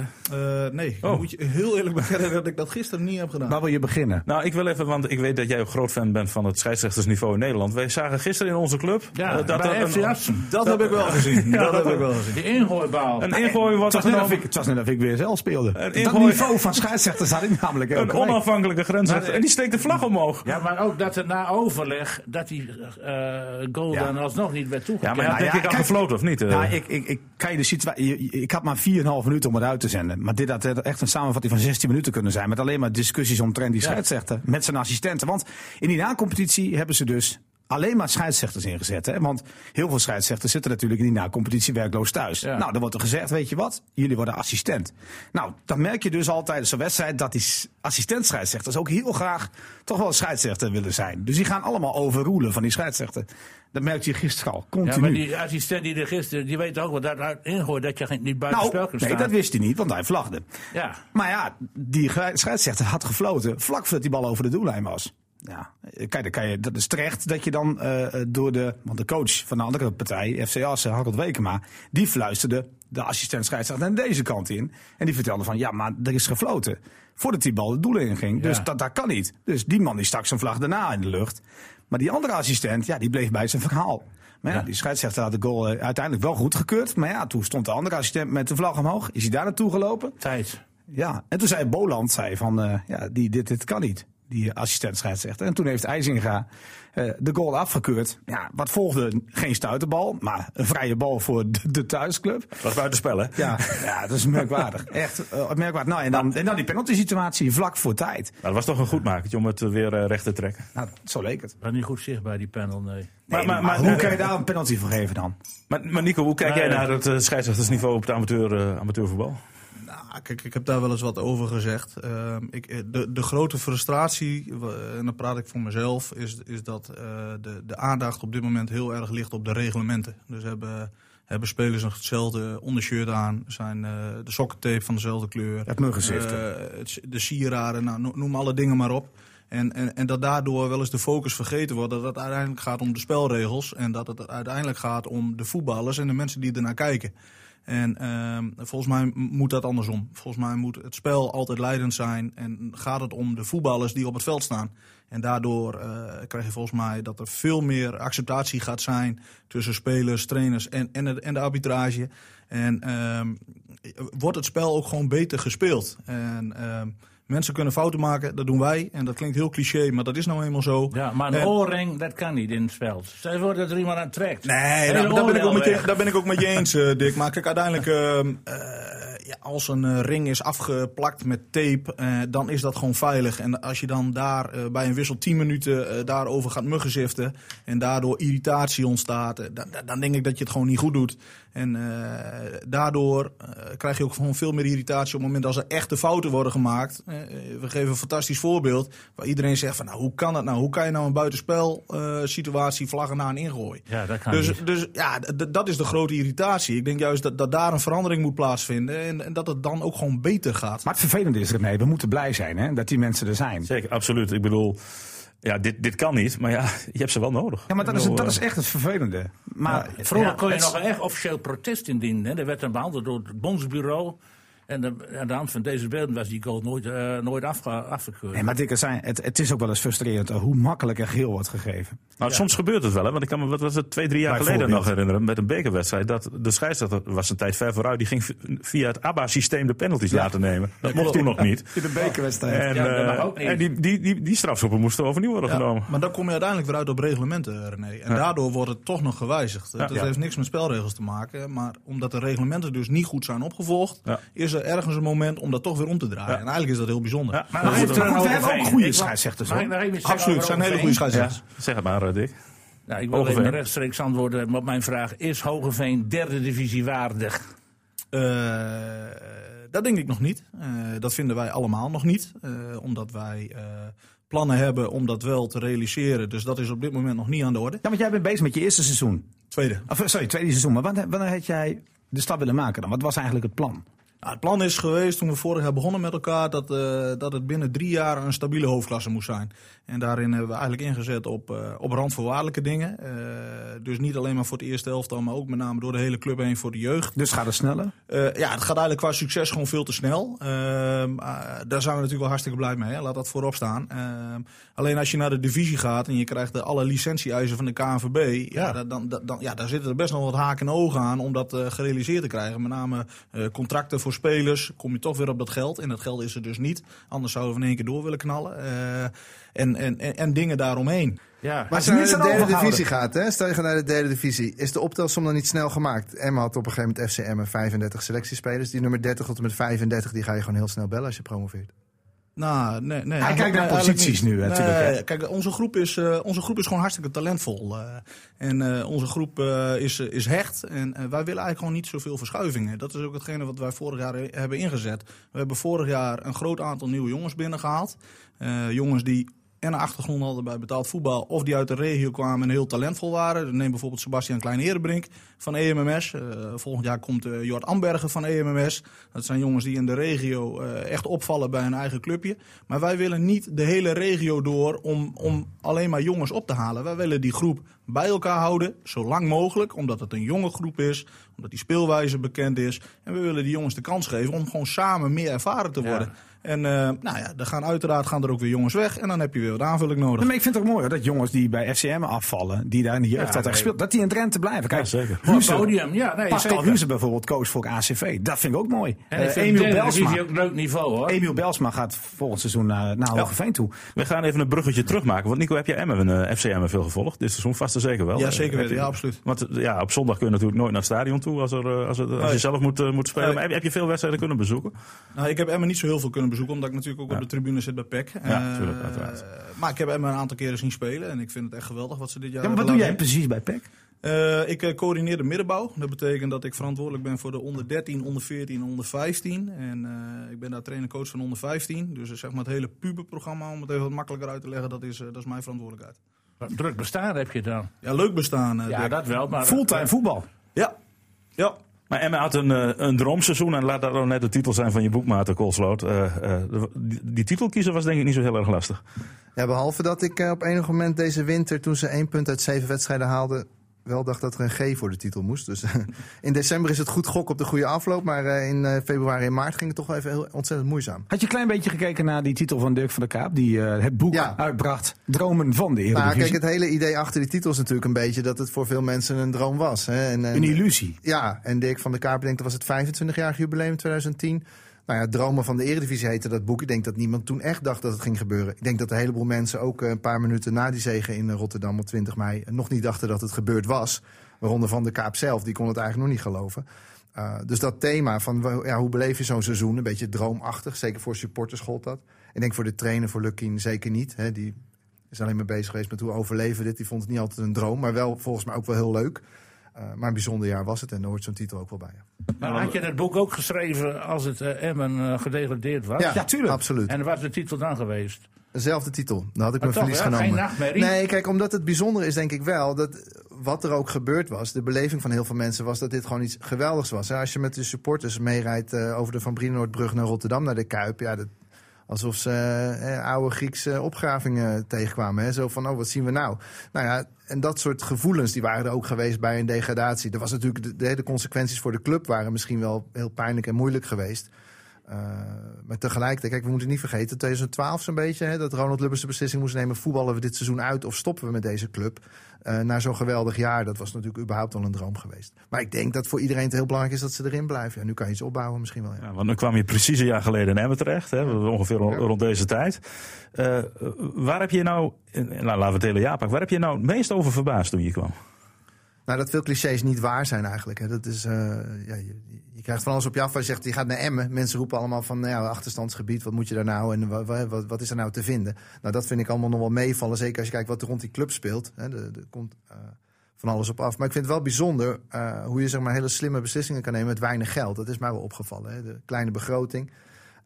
Eh, nee, ik
Oh.
moet je heel eerlijk bekennen dat ik dat gisteren niet heb gedaan.
Waar wil je beginnen?
Nou, ik wil even, want ik weet dat jij ook groot fan bent van het scheidsrechtersniveau in Nederland. Wij zagen gisteren in onze club
Ja,
eh, dat
bij
er
FC
een,
Assen.
dat heb ik wel gezien. dat,
dat-
heb ik wel gezien.
De ingooibaal.
een ingooi
Het
wordt
was, net
genomen.
of ik, het was net of ik weer zelf speelde. Dat
ingooi-
niveau van scheidsrechters had ik namelijk ook.
Een onafhankelijke grensrechter.
Maar-
En die steekt de vlag omhoog.
Ja, maar ook dat er na overleg dat die eh, goal
Ja.
dan alsnog niet werd
Ja,
toegekend.
maar hij had
Nou
denk
ja,
ik al
kijk-
gefloten, of niet? eh?
Ja, Nou, ik, ik, ik, kan je de situatie, je- je- ik had maar 4,5 minuten om het uit te zenden. Maar dit had echt een samenvatting van 16 minuten kunnen zijn. Met alleen maar discussies omtrent die
Ja.
scheidsrechter met zijn assistenten. Want in die na-competitie hebben ze dus alleen maar scheidsrechters ingezet. Hè? Want heel veel scheidsrechters zitten natuurlijk in die na-competitie werkloos thuis.
Ja.
Nou, dan wordt er gezegd, weet je wat, jullie worden assistent. Nou, dan merk je dus al tijdens zo'n wedstrijd dat die s- assistent scheidsrechters ook heel graag toch wel scheidsrechter willen zijn. Dus die gaan allemaal overroelen van die scheidsrechter. Dat merkte je gisteren al,
Ja,
continu.
maar die assistent die er gisteren, die weet ook wel dat uit ingooi dat je geen- niet buiten
Nou,
spel kunt
nee,
staan.
dat wist hij niet, want hij vlagde.
Ja.
Maar ja, die ge- scheidsrechter had gefloten vlak voordat die bal over de doellijn was. Ja, eh, kijk, dan kan je, dat is terecht dat je dan eh, eh, door de... Want de coach van de andere partij, FC Assen, Harold Wekema... die fluisterde de assistent scheidsrechter aan deze kant in. En die vertelde van, ja, maar er is gefloten. Voordat die bal de doelen in ging. Dus
Ja.
dat, dat kan niet. Dus die man die stak zijn vlag daarna in de lucht. Maar die andere assistent, ja, die bleef bij zijn verhaal. Maar ja,
Ja.
die scheidsrechter had de goal eh, uiteindelijk wel goed gekeurd. Maar ja, toen stond de andere assistent met de vlag omhoog. Is hij daar naartoe gelopen?
Tijd.
Ja, en toen zei Boland zei van, eh, ja, die, dit, dit kan niet. Die assistent scheidsrechter. En toen heeft IJzinga eh, de goal afgekeurd. Ja, wat volgde? Geen stuiterbal, maar een vrije bal voor de, de thuisclub.
was buitenspel, hè?
Ja, ja, dat is merkwaardig. Echt eh, merkwaardig. Nou, en dan, en dan die penalty situatie vlak voor tijd.
Nou, dat was toch een goed makertje om het eh, weer eh, recht te trekken.
Nou, zo leek het.
Maar niet goed zichtbaar, die panel, nee.
Nee,
Maar- maar-
maar
maar-
hoe kan je daar een penalty voor geven dan?
Maar, maar Nico, hoe kijk
Nee,
jij
nee.
naar het eh, scheidsrechtersniveau op het amateur, eh, amateurvoetbal?
Nou, kijk, ik heb daar wel eens wat over gezegd. Ehm, ik, eh, de, de grote frustratie, wa- en dan praat ik voor mezelf, is, is dat eh, de, de aandacht op dit moment heel erg ligt op de reglementen. Dus hebben, hebben spelers nog hetzelfde ondershirt aan, zijn eh, de sokkentape van dezelfde kleur.
Het muggenzicht.
eh, het- de sieraden, nou, no- noem alle dingen maar op. En, en, en dat daardoor wel eens de focus vergeten wordt. Dat het uiteindelijk gaat om de spelregels. En dat het uiteindelijk gaat om de voetballers en de mensen die ernaar kijken. En ehm, volgens mij m- moet dat andersom. Volgens mij moet het spel altijd leidend zijn. En gaat het om de voetballers die op het veld staan. En daardoor eh, krijg je volgens mij dat er veel meer acceptatie gaat zijn tussen spelers, trainers en, en, het- en de arbitrage. En ehm, wordt het spel ook gewoon beter gespeeld. En ehm, mensen kunnen fouten maken, dat doen wij. En dat klinkt heel cliché, maar dat is nou eenmaal zo.
Ja, maar een
En-
oorring, dat kan niet in het veld. Zij voor dat er iemand aan trekt.
Nee,
Hele
nou, daar, ben ik ook
oorlel
met je,
weg.
daar ben ik ook met je eens, eh, Dick. Maar kijk, uiteindelijk, ehm, eh, ja, als een eh, ring is afgeplakt met tape, eh, dan is dat gewoon veilig. En als je dan daar eh, bij een wissel 10 minuten eh, daarover gaat muggenziften en daardoor irritatie ontstaat, eh, dan, dan- dan denk ik dat je het gewoon niet goed doet. En eh, daardoor eh, krijg je ook gewoon veel meer irritatie op het moment als er echte fouten worden gemaakt. Eh, eh, we geven een fantastisch voorbeeld waar iedereen zegt van, nou, hoe kan dat nou? Hoe kan je nou een buitenspel eh, situatie vlaggen na een ingooi?
Ja, dat kan
Dus,
niet.
dus ja, d- d- dat is de grote irritatie. Ik denk juist dat, dat daar een verandering moet plaatsvinden. En, en dat het dan ook gewoon beter gaat.
Maar het vervelende is ermee, we moeten blij zijn hè, dat die mensen er zijn.
Zeker, absoluut. Ik bedoel, ja, dit, dit kan niet, maar ja, je hebt ze wel nodig.
Ja, maar dat
Ik
is,
bedoel,
dat is
eh,
echt het vervelende. Maar
Vroeger
Nou, ja,
kon je
het-
nog echt officieel protest indienen. Hè. Dat werd dan behandeld door het bondsbureau. En de- aan de hand van deze beelden was die goal nooit, eh, nooit afge, afgekeurd.
Nee, maar Dick, het, zijn, het, het is ook wel eens frustrerend eh, hoe makkelijk er geel wordt gegeven.
Nou, soms gebeurt het wel, hè? Want ik kan me, wat was het, twee, drie jaar geleden nog
Bijvoorbeeld.
herinneren met een bekerwedstrijd. Dat de scheidsrechter was een tijd ver vooruit. Die ging v- via het ABBA-systeem de penalties laten nemen. Dat mocht toen nog niet.
In de bekerwedstrijd.
En,
Ja, dat mag
eh,
ook niet.
en die, die, die, die strafschoppen moesten overnieuw worden
Ja,
genomen.
maar dan kom je uiteindelijk weer uit op reglementen, eh, René. En daardoor wordt het toch nog gewijzigd. Het
Ja.
heeft niks met spelregels te maken. Maar omdat de reglementen dus niet goed zijn opgevolgd,
Ja.
is er ergens een moment om dat toch weer om te draaien. En eigenlijk is dat heel bijzonder.
Ja, maar
Maar
dat
goed,
is er
we
een
hebben dus ook
overheen.
goede
Ik-
scheidsrechters.
Mag ik
hoor.
nog even iets zeggen
Absoluut,
over
zijn hele goede
Hogeveen?
scheidsrechters.
Zeg het maar, eh, Dick.
Nou, ik wil
Hogeveen.
even rechtstreeks antwoorden op mijn vraag. Is Hogeveen derde divisie waardig?
Eh, dat denk ik nog niet. Eh, dat vinden wij allemaal nog niet. Eh, omdat wij eh, plannen hebben om dat wel te realiseren. Dus dat is op dit moment nog niet aan de orde.
Ja, want jij bent bezig met je eerste seizoen.
Tweede.
Of, eh, sorry, tweede seizoen. Maar wanneer, wanneer had jij de stap willen maken dan? Wat was eigenlijk het plan?
Nou, het plan is geweest toen we vorig jaar begonnen met elkaar dat, eh, dat het binnen drie jaar een stabiele hoofdklasse moest zijn. En daarin hebben we eigenlijk ingezet op, eh, op randvoorwaardelijke dingen. Eh, dus niet alleen maar voor het eerste elftal, maar ook met name door de hele club heen voor de jeugd.
Dus ga er sneller.
Eh, ja, het gaat eigenlijk qua succes gewoon veel te snel. Ehm, ah, daar zijn we natuurlijk wel hartstikke blij mee. Hè? Laat dat voorop staan. Ehm, alleen als je naar de divisie gaat en je krijgt de, alle licentie-eisen van de KNVB. Ja. dan- dan, dan, dan, ja, daar zitten er best nog wat haken en ogen aan om dat eh, gerealiseerd te krijgen. Met name eh, contracten voor spelers. Kom je toch weer op dat geld. En dat geld is er dus niet. Anders zouden we in één keer door willen knallen. Eh, en, en, en, en dingen daaromheen.
Ja.
Maar als je
Als je
naar de
niet zijn
derde
overgehouden.
divisie gaat, hè? stel je gaat naar de derde divisie, is de optelsom dan niet snel gemaakt? Emma had op een gegeven moment FC Emmen 35 selectiespelers. Die nummer 30 tot en met 35, die ga je gewoon heel snel bellen als je promoveert.
Nou, nee, nee,
Hij kijkt naar
eigenlijk
posities
niet.
nu, hè, natuurlijk, hè.
Nee, kijk, onze groep, is, eh, onze groep is gewoon hartstikke talentvol. eh. en eh, onze groep eh, is, eh, is hecht. En eh, wij willen eigenlijk gewoon niet zoveel verschuivingen. Dat is ook hetgene wat wij vorig jaar he- hebben ingezet. We hebben vorig jaar een groot aantal nieuwe jongens binnengehaald. Eh, jongens die en een achtergrond hadden bij betaald voetbal. Of die uit de regio kwamen en heel talentvol waren. Neem bijvoorbeeld Sebastian Klein-Herenbrink van EMMS. Eh, volgend jaar komt eh Jort Ambergen van EMMS. Dat zijn jongens die in de regio eh, echt opvallen bij hun eigen clubje. Maar wij willen niet de hele regio door om, om alleen maar jongens op te halen. Wij willen die groep bij elkaar houden, zo lang mogelijk. Omdat het een jonge groep is. Omdat die speelwijze bekend is. En we willen die jongens de kans geven om gewoon samen meer ervaren te worden. En eh, nou ja, er gaan uiteraard gaan er ook weer jongens weg. En dan heb je weer wat aanvulling nodig.
Nee, maar ik vind het ook mooi hoor, dat jongens die bij FCM afvallen, die daar in de jeugd
Ja,
hadden
nee.
gespeeld, dat die in Drenthe blijven. Kijk,
Ja, zeker.
Huze,
Podium, ja, nee,
Pascal
zeker.
Huze bijvoorbeeld, coach voor ACV. Dat vind ik ook mooi.
En ik
Eh,
vind
Emiel
de Eredivisie
Belsma.
ook een leuk niveau hoor.
Emiel Belsma gaat volgend seizoen naar, naar Hogeveen toe.
We gaan even een bruggetje terugmaken. Want Nico, heb je Emmen, eh, FC Emmen veel gevolgd? Dit seizoen vast en zeker wel.
Ja,
Eh,
zeker
heb
weten.
je-
Ja, absoluut.
Want eh, ja, op zondag kun je natuurlijk nooit naar het stadion toe als, er, eh, als, het- als je
Nee.
zelf moet, eh, moet spelen.
Nee.
Maar heb, heb je veel wedstrijden kunnen bezoeken?
Nou, ik heb Emma niet zo heel veel kunnen bezoeken, omdat ik natuurlijk ook
Ja.
op de tribune zit bij PEC.
Ja,
Eh,
tuurlijk, uiteraard.
Maar ik heb Emma een aantal keren zien spelen en ik vind het echt geweldig wat ze dit jaar
Ja, maar wat doe
hebben
jij
laten
precies bij E PEC?
zien. Eh, ik eh, coördineer de middenbouw. Dat betekent dat ik verantwoordelijk ben voor de onder 13, onder 14 en onder 15. En eh, ik ben daar trainer-coach van onder 15. Dus eh, zeg maar het hele puberprogramma, om het even wat makkelijker uit te leggen, dat is, eh, dat is mijn verantwoordelijkheid.
Wat Druk bestaan heb je dan.
Ja, leuk bestaan. eh,
Ja,
Dirk.
dat wel. Maar
Fulltime voetbal.
ja. ja.
Maar Emmen had een, eh, een droomseizoen en laat dat dan net de titel zijn van je boekmater, Koolsloot. Eh, eh, die, die titel kiezen was denk ik niet zo heel erg lastig.
Ja, behalve dat ik eh, op enig moment deze winter, toen ze één punt uit zeven wedstrijden haalden, wel dacht dat er een G voor de titel moest. Dus eh, in december is het goed gok op de goede afloop, maar eh, in eh, februari en maart ging het toch wel even heel ontzettend moeizaam.
Had je een klein beetje gekeken naar die titel van Dirk van der Kaap, die eh, het boek
Ja.
uitbracht, Dromen van de
Nou,
Eredivisie.
kijk, het hele idee achter die titel is natuurlijk een beetje dat het voor veel mensen een droom was. Hè? En, en-
Een illusie.
Ja, en Dirk van der Kaap, ik denk dat was het 25-jarig jubileum in 2010. Nou ja, Dromen van de Eredivisie heette dat boek. Ik denk dat niemand toen echt dacht dat het ging gebeuren. Ik denk dat een heleboel mensen ook eh, een paar minuten na die zege in eh, Rotterdam op 20 mei eh, nog niet dachten dat het gebeurd was. Waaronder van der Kaap zelf, die kon het eigenlijk nog niet geloven. Uh, dus dat thema van wa- ja, hoe beleef je zo'n seizoen, een beetje droomachtig. Zeker voor supporters gold dat. Ik denk voor de trainer, voor Lukien zeker niet. Hè, die is alleen maar bezig geweest met hoe overleven we dit. Die vond het niet altijd een droom, maar wel volgens mij ook wel heel leuk. Uh, maar een bijzonder jaar was het en daar hoort zo'n titel ook wel bij.
Maar Nou, had je dat boek ook geschreven als het eh, Emmen eh, gedegradeerd was?
Ja, tuurlijk. Absoluut.
En was de titel dan geweest?
Dezelfde titel. Dan had ik
Maar
mijn
toch,
verlies
ja,
genomen.
geen nachtmerrie.
Nee, kijk, omdat het bijzonder is, denk ik wel, dat wat er ook gebeurd was, de beleving van heel veel mensen was dat dit gewoon iets geweldigs was. hè. Als je met de supporters meerijdt eh, over de Van Brienenoordbrug naar Rotterdam, naar de Kuip, ja, dat, alsof ze eh, eh, oude Griekse opgravingen tegenkwamen. Hè? Zo van, oh, wat zien we nou? Nou ja, en dat soort gevoelens die waren er ook geweest bij een degradatie. Er was natuurlijk de, de hele consequenties voor de club waren misschien wel heel pijnlijk en moeilijk geweest. Eh, maar tegelijkertijd, kijk, we moeten niet vergeten, 2012 zo'n beetje, hè, dat Ronald Lubbers de beslissing moest nemen, voetballen we dit seizoen uit of stoppen we met deze club? Eh, na zo'n geweldig jaar, dat was natuurlijk überhaupt al een droom geweest. Maar ik denk dat voor iedereen het heel belangrijk is dat ze erin blijven. Ja, nu kan je iets opbouwen misschien wel. Ja.
Ja, want nu kwam je precies een jaar geleden in Emmen terecht, hè, ongeveer ro- rond deze tijd. Eh, waar heb je nou, eh, nou, laten we het hele jaar pakken, waar heb je nou het meest over verbaasd toen je kwam?
Nou, dat veel clichés niet waar zijn eigenlijk. Hè. Dat is, eh, ja, je, je krijgt van alles op je af. Als je zegt, je gaat naar Emmen. Mensen roepen allemaal van, nou ja, achterstandsgebied. Wat moet je daar nou? En wa- wa- wat, wat is er nou te vinden? Nou, dat vind ik allemaal nog wel meevallen. Zeker als je kijkt wat er rond die club speelt. Hè. Er, er komt eh, van alles op af. Maar ik vind het wel bijzonder eh, hoe je zeg maar, hele slimme beslissingen kan nemen met weinig geld. Dat is mij wel opgevallen. Hè. De kleine begroting.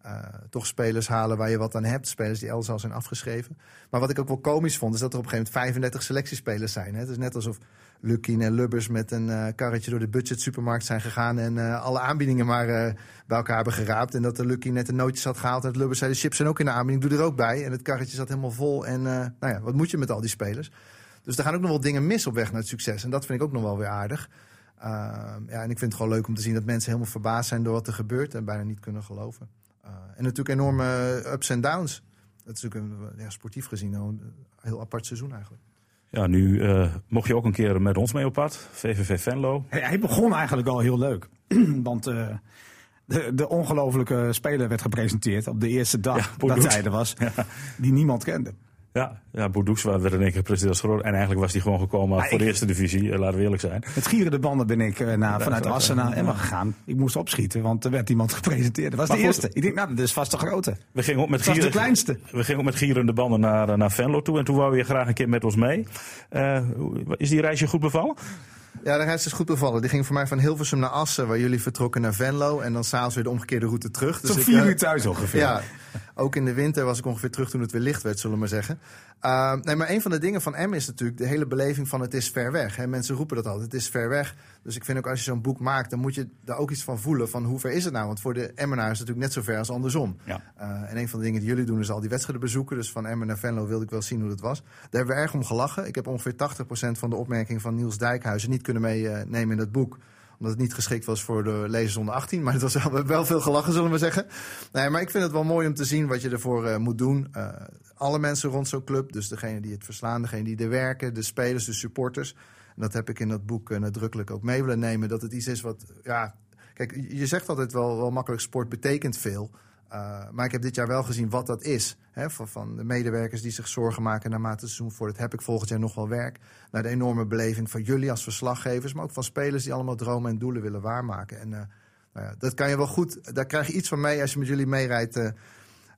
Eh, toch spelers halen waar je wat aan hebt. Spelers die elders al zijn afgeschreven. Maar wat ik ook wel komisch vond, is dat er op een gegeven moment 35 selectiespelers zijn. Hè. Het is net alsof Lukien en Lubbers met een eh, karretje door de budget supermarkt zijn gegaan. En eh, alle aanbiedingen maar eh, bij elkaar hebben geraapt. En dat de Lukien net de nootjes had gehaald. En dat Lubbers zei, de chips zijn ook in de aanbieding, doe er ook bij. En het karretje zat helemaal vol. En eh, nou ja, wat moet je met al die spelers? Dus er gaan ook nog wel dingen mis op weg naar het succes. En dat vind ik ook nog wel weer aardig. Ehm, ja, en ik vind het gewoon leuk om te zien dat mensen helemaal verbaasd zijn door wat er gebeurt. En bijna niet kunnen geloven. Eh, en natuurlijk enorme eh, ups en downs. Dat is natuurlijk een, ja, sportief gezien een heel apart seizoen eigenlijk.
Ja, nu eh, mocht je ook een keer met ons mee op pad, VVV Venlo.
Hij, hij begon eigenlijk al heel leuk. Want eh, de, de ongelofelijke speler werd gepresenteerd op de eerste dag
Ja, Boudou.
dat hij er was. Die niemand kende.
Ja, ja Boudouxwa werd in één keer gepresenteerd als groot. En eigenlijk was hij gewoon gekomen voor de eerste divisie, eh, laten we eerlijk zijn.
Met gierende banden ben ik eh, naar, vanuit Assen naar Emma gegaan. Ik moest opschieten, want er werd iemand gepresenteerd. Dat was
Maar
de
goed. Dus
eerste. Ik denk, nou, dat is vast de grote.
We gingen ook met,
was de
gieren-
kleinste.
We gingen ook met gierende banden naar, eh, naar Venlo toe. En toen wou je graag een keer met ons mee. Eh, hoe- is die reis je goed bevallen?
Ja, de reis is goed bevallen. Die ging voor mij van Hilversum naar Assen, waar jullie vertrokken naar Venlo. En dan s'avonds weer de omgekeerde route terug.
Zo'n
ik,
vier
eh,
uur thuis ongeveer.
Ja, ook in de winter was ik ongeveer terug toen het weer licht werd, zullen we maar zeggen. Eh, nee, maar een van de dingen van M is natuurlijk de hele beleving van het is ver weg. Hè. Mensen roepen dat altijd, het is ver weg. Dus ik vind ook als je zo'n boek maakt, dan moet je daar ook iets van voelen. Van hoe ver is het nou? Want voor de Emmenaar is het natuurlijk net zo ver als andersom.
Ja.
Eh, en een van de dingen die jullie doen is al die wedstrijden bezoeken. Dus van Emmen naar Venlo wilde ik wel zien hoe dat was. Daar hebben we erg om gelachen. Ik heb ongeveer 80% van de opmerking van Niels Dijkhuizen niet kunnen meenemen eh, in dat boek Omdat het niet geschikt was voor de lezers onder 18. Maar het was wel, wel veel gelachen, zullen we zeggen. Nee, maar ik vind het wel mooi om te zien wat je ervoor eh, moet doen. Eh, alle mensen rond zo'n club, dus degene die het verslaan, degene die er werken, de spelers, de supporters. En dat heb ik in dat boek eh, nadrukkelijk ook mee willen nemen. Dat het iets is wat, ja, kijk, je- je zegt altijd wel, wel makkelijk, sport betekent veel. Eh, maar ik heb dit jaar wel gezien wat dat is. Hè, van, van de medewerkers die zich zorgen maken naarmate het seizoen voordat heb ik volgend jaar nog wel werk. Naar de enorme beleving van jullie als verslaggevers, maar ook van spelers die allemaal dromen en doelen willen waarmaken. En eh, nou ja, dat kan je wel goed, daar krijg je iets van mee als je met jullie meerijdt eh,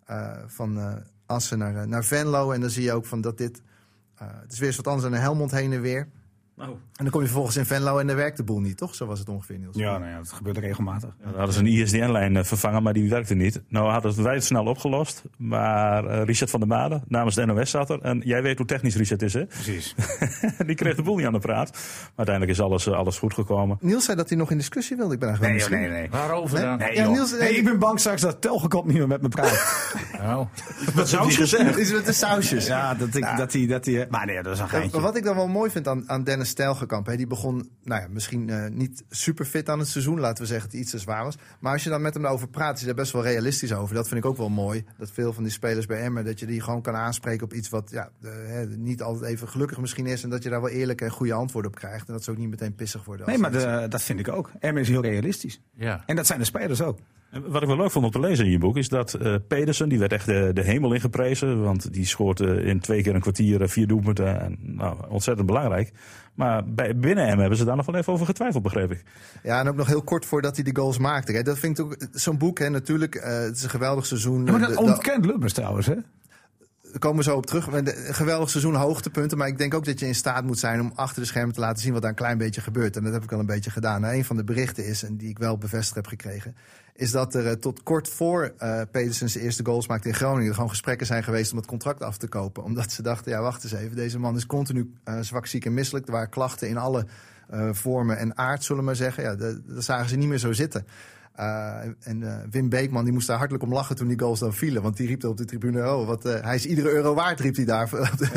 eh, van eh, Assen naar, eh, naar Venlo. En dan zie je ook van dat dit, eh, het is weer eens wat anders dan een Helmond heen en weer.
Nou,
En dan kom je vervolgens in Venlo en dan werkt de boel niet, toch? Zo was het ongeveer, Niels.
Ja, nou ja, dat gebeurt regelmatig.
Ja, daar hadden ze een ISDN-lijn eh, vervangen, maar die werkte niet. Nou hadden wij het snel opgelost, maar eh, Richard van der Made namens de NOS zat er. En jij weet hoe technisch Richard is, hè?
Precies.
die kreeg de boel niet aan de praat. Maar uiteindelijk is alles, eh, alles goed gekomen.
Niels zei dat hij nog in discussie wilde. Ik ben eigenlijk wel nieuwsgierig.
nee.
Waarover dan?
Nee,
Ja,
joh.
Niels, eh,
Nee, ik ben bang straks dat Telgekop niet meer met me praat.
Nou,
Wat zou
Het is met de sausjes.
Ja, dat ik, dat hij, dat hij, eh, maar nee, dat is een
Ja, maar
geintje.
wat ik dan wel mooi vind aan, aan Dennis Stijlgekamp, hè, die begon nou ja, misschien eh, niet super fit aan het seizoen, laten we zeggen, dat hij iets te zwaar was. Maar als je dan met hem daarover praat, is hij daar best wel realistisch over. Dat vind ik ook wel mooi. Dat veel van die spelers bij Emmen, dat je die gewoon kan aanspreken op iets wat ja, eh, hè, niet altijd even gelukkig misschien is. En dat je daar wel eerlijke en goede antwoorden op krijgt. En dat ze ook niet meteen pissig worden. als
Nee, maar
ze-
de, dat vind ik ook. M is heel realistisch.
ja.
En dat zijn de spelers ook.
En wat ik wel leuk vond om te lezen in je boek is dat eh, Pedersen, die werd echt de, de hemel in geprezen. Want die schoot eh, in twee keer een kwartier eh, vier doelpunten. En, nou, ontzettend belangrijk. Maar bij, binnen hem hebben ze daar nog wel even over getwijfeld, begreep ik.
Ja, en ook nog heel kort voordat hij de goals maakte. Kijk, dat vind ik ook zo'n boek, hè, natuurlijk. eh, het is een geweldig seizoen.
maar dat
De- de-
ontkent Lubbers trouwens, hè?
Daar komen we zo op terug. Een geweldig seizoen, hoogtepunten. Maar ik denk ook dat je in staat moet zijn om achter de schermen te laten zien wat daar een klein beetje gebeurt. En dat heb ik al een beetje gedaan. Nou, een van de berichten is, en die ik wel bevestigd heb gekregen, is dat er eh, tot kort voor eh Pedersen zijn eerste goals maakte in Groningen. er gewoon gesprekken zijn geweest om het contract af te kopen. Omdat ze dachten, ja, wacht eens even. Deze man is continu eh, zwak, ziek en misselijk. Er waren klachten in alle eh, vormen en aard, zullen we maar zeggen. Ja, dat, dat zagen ze niet meer zo zitten. Uh, en eh, Wim Beekman die moest daar hartelijk om lachen toen die goals dan vielen. Want die riep op de tribune: Oh, wat, eh, hij is iedere euro waard, riep hij daar.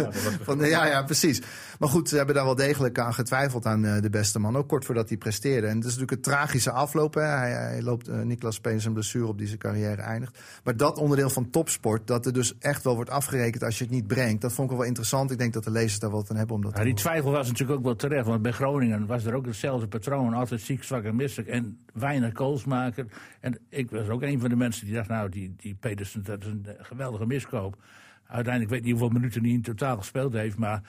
Van, eh, ja, ja, precies. Maar goed, ze hebben daar wel degelijk aan getwijfeld aan eh, de beste man. Ook kort voordat hij presteerde. En het is natuurlijk een tragische afloop. Hè. Hij, hij loopt eh, Niklas Peens een blessure op die zijn carrière eindigt. Maar dat onderdeel van topsport, dat er dus echt wel wordt afgerekend als je het niet brengt. Dat vond ik wel interessant. Ik denk dat de lezers daar wat aan hebben. Om dat
Ja,
te
die
horen.
twijfel was natuurlijk ook wel terecht, want bij Groningen was er ook hetzelfde patroon. Altijd ziek, zwak en misselijk en weinig goals maken. En ik was ook een van de mensen die dacht, nou, die, die Pedersen, dat is een eh, geweldige miskoop. Uiteindelijk weet ik niet hoeveel minuten hij in totaal gespeeld heeft, maar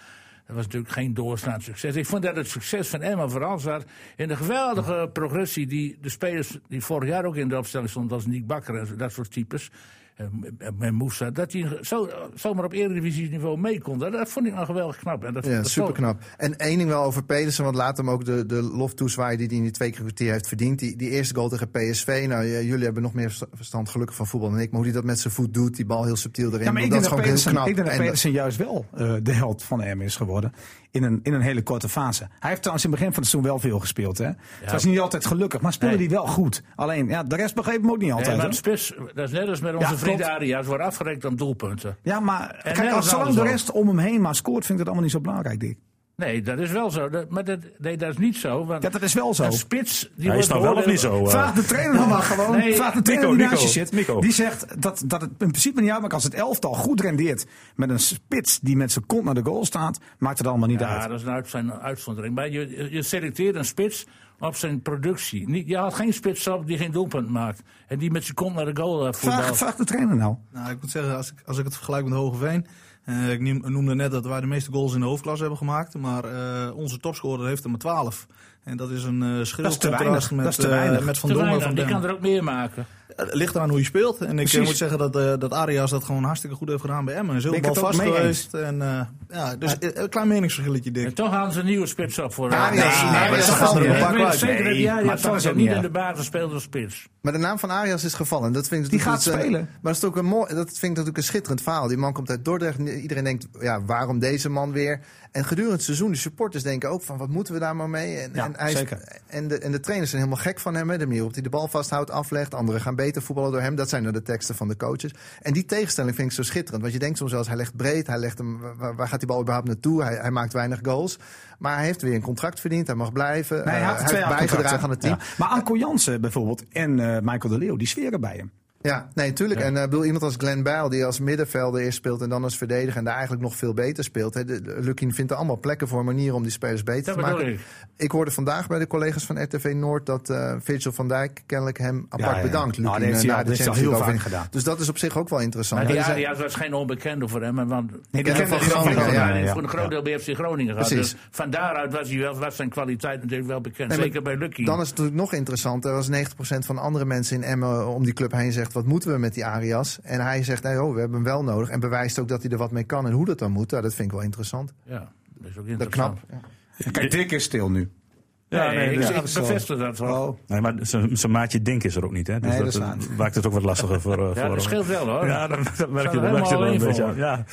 dat was natuurlijk geen doorstaand succes. Ik vond dat het succes van Emma vooral zat in de geweldige progressie die de spelers die vorig jaar ook in de opstelling stonden, als Nick Bakker en zo- dat soort types. En, en- en Moussa, dat hij zo, zomaar op eredivisieniveau mee kon. Dat, dat vond ik nou geweldig knap. En dat
Ja,
dat zo-
super knap. En één ding wel over Pedersen, want laat hem ook de, de lof toezwaaien die hij in die twee keer kwartier heeft verdiend. Die, die eerste goal tegen PSV. Nou, j- jullie hebben nog meer versta- verstand gelukkig van voetbal dan ik. Maar hoe hij dat met zijn voet doet, die bal heel subtiel erin.
Ja, maar ik
dat
denk dat
is gewoon heel
Pedersen,
knap.
ik denk dat
En dat-
Pedersen juist wel eh, de held van M is geworden. In een, in een hele korte fase. Hij heeft trouwens in het begin van het seizoen wel veel gespeeld. Hè? Het was niet altijd gelukkig, maar speelde
Nee.
hij wel goed. Alleen, ja, de rest begreep hem ook niet
Nee,
altijd.
maar
hoor.
het spits, dat is net als met onze
Ja,
vriend
klopt.
Arias, wordt afgerekt aan doelpunten.
Ja, maar kijk,
nergens
als zolang de
anders
rest om hem heen maar scoort, vind ik dat allemaal niet zo belangrijk, Dick.
Nee, dat is wel zo. Dat, maar dat, nee, dat is niet zo. Want
Ja, dat is wel zo.
een spits... Die
Hij
wordt
is nou wel of
beoordeeld-
niet zo. eh.
Vraag de trainer dan maar gewoon.
Nee,
Vraag de trainer
Nico,
die naast je
Nico,
zit.
Nico.
Die zegt dat, dat het in principe niet uit maakt als het elftal goed rendeert. Met een spits die met zijn kont naar de goal staat, maakt het allemaal niet
Ja,
uit.
dat is een uit- zijn een uitzondering. Maar je, je selecteert een spits op zijn productie. Niet, je haalt geen spits op die geen doelpunt maakt. En die met zijn kont naar de goal eh, voetbalt.
Vraag, vraag de trainer nou.
Nou, ik moet zeggen, als ik, als ik het vergelijk met Hogeveen. eh ik niem- noemde net dat wij de meeste goals in de hoofdklasse hebben gemaakt. Maar eh, onze topscorer heeft er maar 12. En dat is een eh schil
Dat is te weinig.
contrast met,
Dat is te
eh,
weinig.
met Van
Te
Dongen.
weinig,
Van
die
Dam.
kan er ook meer maken.
Het ligt eraan hoe je speelt. En ik eh,
Precies.
moet zeggen dat, eh, dat Arias dat gewoon hartstikke goed heeft gedaan bij Emmen. Hij is
Ben
heel
ik het ook
balvast
mee
geweest. En, eh, ja, dus eh, een klein meningsverschilletje, Dick.
En toch halen ze een nieuwe spits op voor eh,
Ah, nee, nee,
Ja,
maar
ik
dat
weet
is toch
wel een
zeker
pak
dat
uit.
jij- jij
Nee, maar
hebt
dat is
vaak
ook
niet
niet
in de
erg.
basis speelde spits.
Maar de naam van Arias is gevallen. Dat vind ik
Die
dat
gaat
is, eh,
spelen.
Maar dat, is ook een mooi, dat vind ik natuurlijk een schitterend verhaal. Die man komt uit Dordrecht, ni- i- iedereen denkt, ja, waarom deze man weer? En gedurende het seizoen, de supporters denken ook van, wat moeten we daar maar mee? En,
Ja,
en, hij is-
zeker.
en, de, en de trainers zijn helemaal gek van hem. Hè? De manier waarop hij de bal vasthoudt, aflegt. Anderen gaan beter voetballen door hem. Dat zijn dan de teksten van de coaches. En die tegenstelling vind ik zo schitterend. Want je denkt soms wel eens, hij legt breed. Hij legt hem, waar, waar gaat die bal überhaupt naartoe? Hij, hij maakt weinig goals. Maar hij heeft weer een contract verdiend. Hij mag blijven.
Nee,
Eh,
hij had
hij
twee
heeft
jaar
bijgedragen aan het
contract, hè?
team.
Ja. Maar Anko Jansen bijvoorbeeld en eh, Michael de Leeuw, die sferen bij hem.
Ja, nee, tuurlijk. En eh, ik bedoel, iemand als Glenn Bijl, die als middenvelder eerst speelt en dan als verdediger en daar eigenlijk nog veel beter speelt. hè. De- de- Lukkien vindt er allemaal plekken voor manieren om die spelers beter
Dat
te
bedoel
maken.
ik.
Ik hoorde vandaag bij de collega's van RTV Noord dat eh, Virgil van Dijk kennelijk hem apart
ja.
bedankt.
Nou, dat
Lukkien,
heeft hij
eh,
al-
na de
dat heeft hij al
Champions
heel
League
vaak
overwinning.
gedaan.
Dus dat is op zich ook wel interessant.
Maar
Hij
die
is-
Arias was geen onbekende voor hem. hè, Want
Nee,
ken hem van
Groningen,
Groningen,
Groningen,
ja, ja.
Voor een groot deel bij FC Groningen gehad.
Precies.
Dus van daaruit was, hij wel, was zijn kwaliteit natuurlijk wel bekend.
Nee, maar
zeker bij Lucky.
Dan is het natuurlijk nog interessanter als 90% van andere mensen in Emmen om die club heen zegt: wat moeten we met die Arias? En hij zegt: nee, oh, we hebben hem wel nodig. En bewijst ook dat hij er wat mee kan en hoe dat dan moet. Ja, dat vind ik wel interessant.
ja, dat is ook
Dat
interessant.
knap.
Kijk, Dick is stil nu. Oh.
Ja,
nee, dus-
nee,
ik,
ja.
ik bevestig dat wel.
Nee, maar zijn zijn maatje Dink is er ook niet, hè? Dus
Nee,
dat,
dat is
eh,
waar.
maakt het ook wat lastiger voor, eh,
Ja,
voor
dat
hem.
scheelt wel hoor.
Ja, dat, dat merk je, dat merk je er
er
wel
helemaal
een
alleen
beetje
voor.
aan. Ja.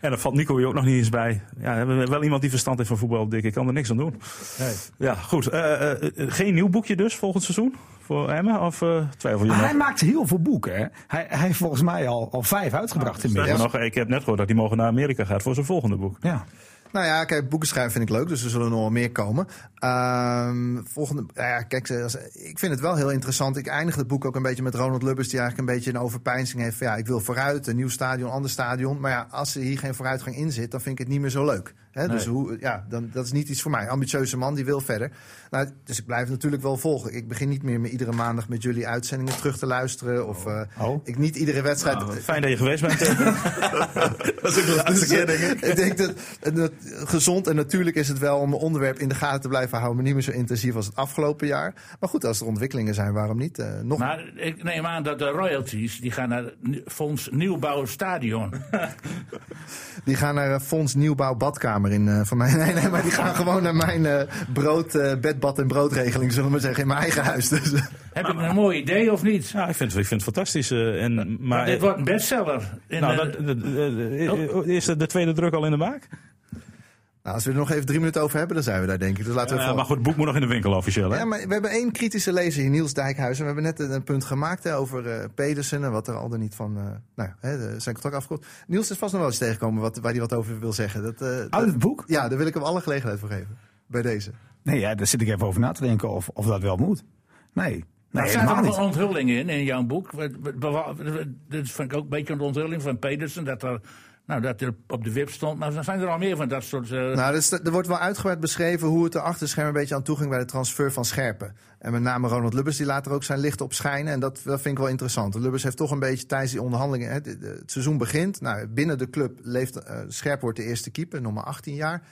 En dan valt Nico hier ook nog niet eens bij. Ja, we hebben wel iemand die verstand heeft van voetbal, Dick. Ik kan er niks aan doen.
Nee.
Ja, goed. Eh, eh, eh, geen nieuw boekje dus volgend seizoen voor Emmen? Of eh, twijfel je
Ah, Maar
nog?
hij maakt heel veel boeken. Hè. Hij, hij heeft volgens mij al, al vijf uitgebracht
Sterker
inmiddels.
nog, ik heb net gehoord dat hij morgen naar Amerika gaat voor zijn volgende boek.
Ja.
Nou ja, kijk, boeken schrijven vind ik leuk, dus er zullen nog wel meer komen. Ehm, volgende, nou ja, kijk, ze- als- ik vind het wel heel interessant. Ik eindig het boek ook een beetje met Ronald Lubbers, die eigenlijk een beetje een overpeinzing heeft van ja, ik wil vooruit, een nieuw stadion, ander stadion. Maar ja, als er hier geen vooruitgang in zit, dan vind ik het niet meer zo leuk. Hè? Dus hoe, ja, dan, dat is niet iets voor mij. Ambitieuze man, die wil verder. Nou, dus ik blijf het natuurlijk wel volgen. Ik begin niet meer met iedere maandag met jullie uitzendingen terug te luisteren. Of eh,
Oh. Nou,
ik niet iedere wedstrijd.
Fijn dat je geweest bent.
Dat is ook de laatste keer, denk Dus, ik. denk dat, dat gezond en natuurlijk is het wel om een onderwerp in de gaten te blijven houden. Maar niet meer zo intensief als het afgelopen jaar. Maar goed, als er ontwikkelingen zijn, waarom niet? Eh, nog
Maar ik neem aan dat de royalties die gaan naar het Fonds Nieuwbouw Stadion.
Die gaan naar eh, Fonds Nieuwbouw Badkamer in eh, van mij. Nee, nee, maar die gaan gewoon naar mijn eh, brood, eh, bed, bad en broodregeling, zullen we maar zeggen, in mijn eigen huis. Dus, eh,
Heb ik een mooi idee of niet?
ja, ik vind, ik vind het fantastisch. eh, en, maar,
Dit wordt een bestseller. In
nou,
de-
dat, dat- eh, eh, is de tweede druk al in de maak?
nou, als we er nog even drie minuten over hebben, dan zijn we daar, denk ik. Dus laten we
Ja,
even-
Eh, maar goed, het boek moet nog in de winkel officieel. Hè?
Ja, maar we hebben één kritische lezer hier, Niels Dijkhuizen. We hebben net een, een punt gemaakt hè, over eh, Pedersen en wat er al dan niet van. eh, nou, ja, hè, de- zijn contract afgekocht. Niels is vast nog wel eens tegengekomen wat, waar hij wat over wil zeggen. Dat, eh,
Uit
dat-
het boek?
ja, daar wil ik hem alle gelegenheid voor geven. Bij deze.
Nee, ja, daar zit ik even over na te denken of, of dat wel moet. Nee, nee
er zaten
helemaal
nog
niet.
wel onthullingen in, in jouw boek. Wat- wat- bewa- Dit vind ik ook een beetje een onthulling van Pedersen. Dat er, nou, dat er op de wip stond. Maar er zijn er al meer van dat soort... eh,
Nou, dus, er wordt wel uitgebreid beschreven hoe het er achter de schermen een beetje aan toe ging bij de transfer van Scherpen. En met name Ronald Lubbers, die laat er ook zijn licht op schijnen. En dat, dat vind ik wel interessant. Lubbers heeft toch een beetje tijdens die onderhandelingen. Hè, de- de- het seizoen begint. Nou, binnen de club leeft. eh Scherp wordt de eerste keeper, nummer 18 jaar.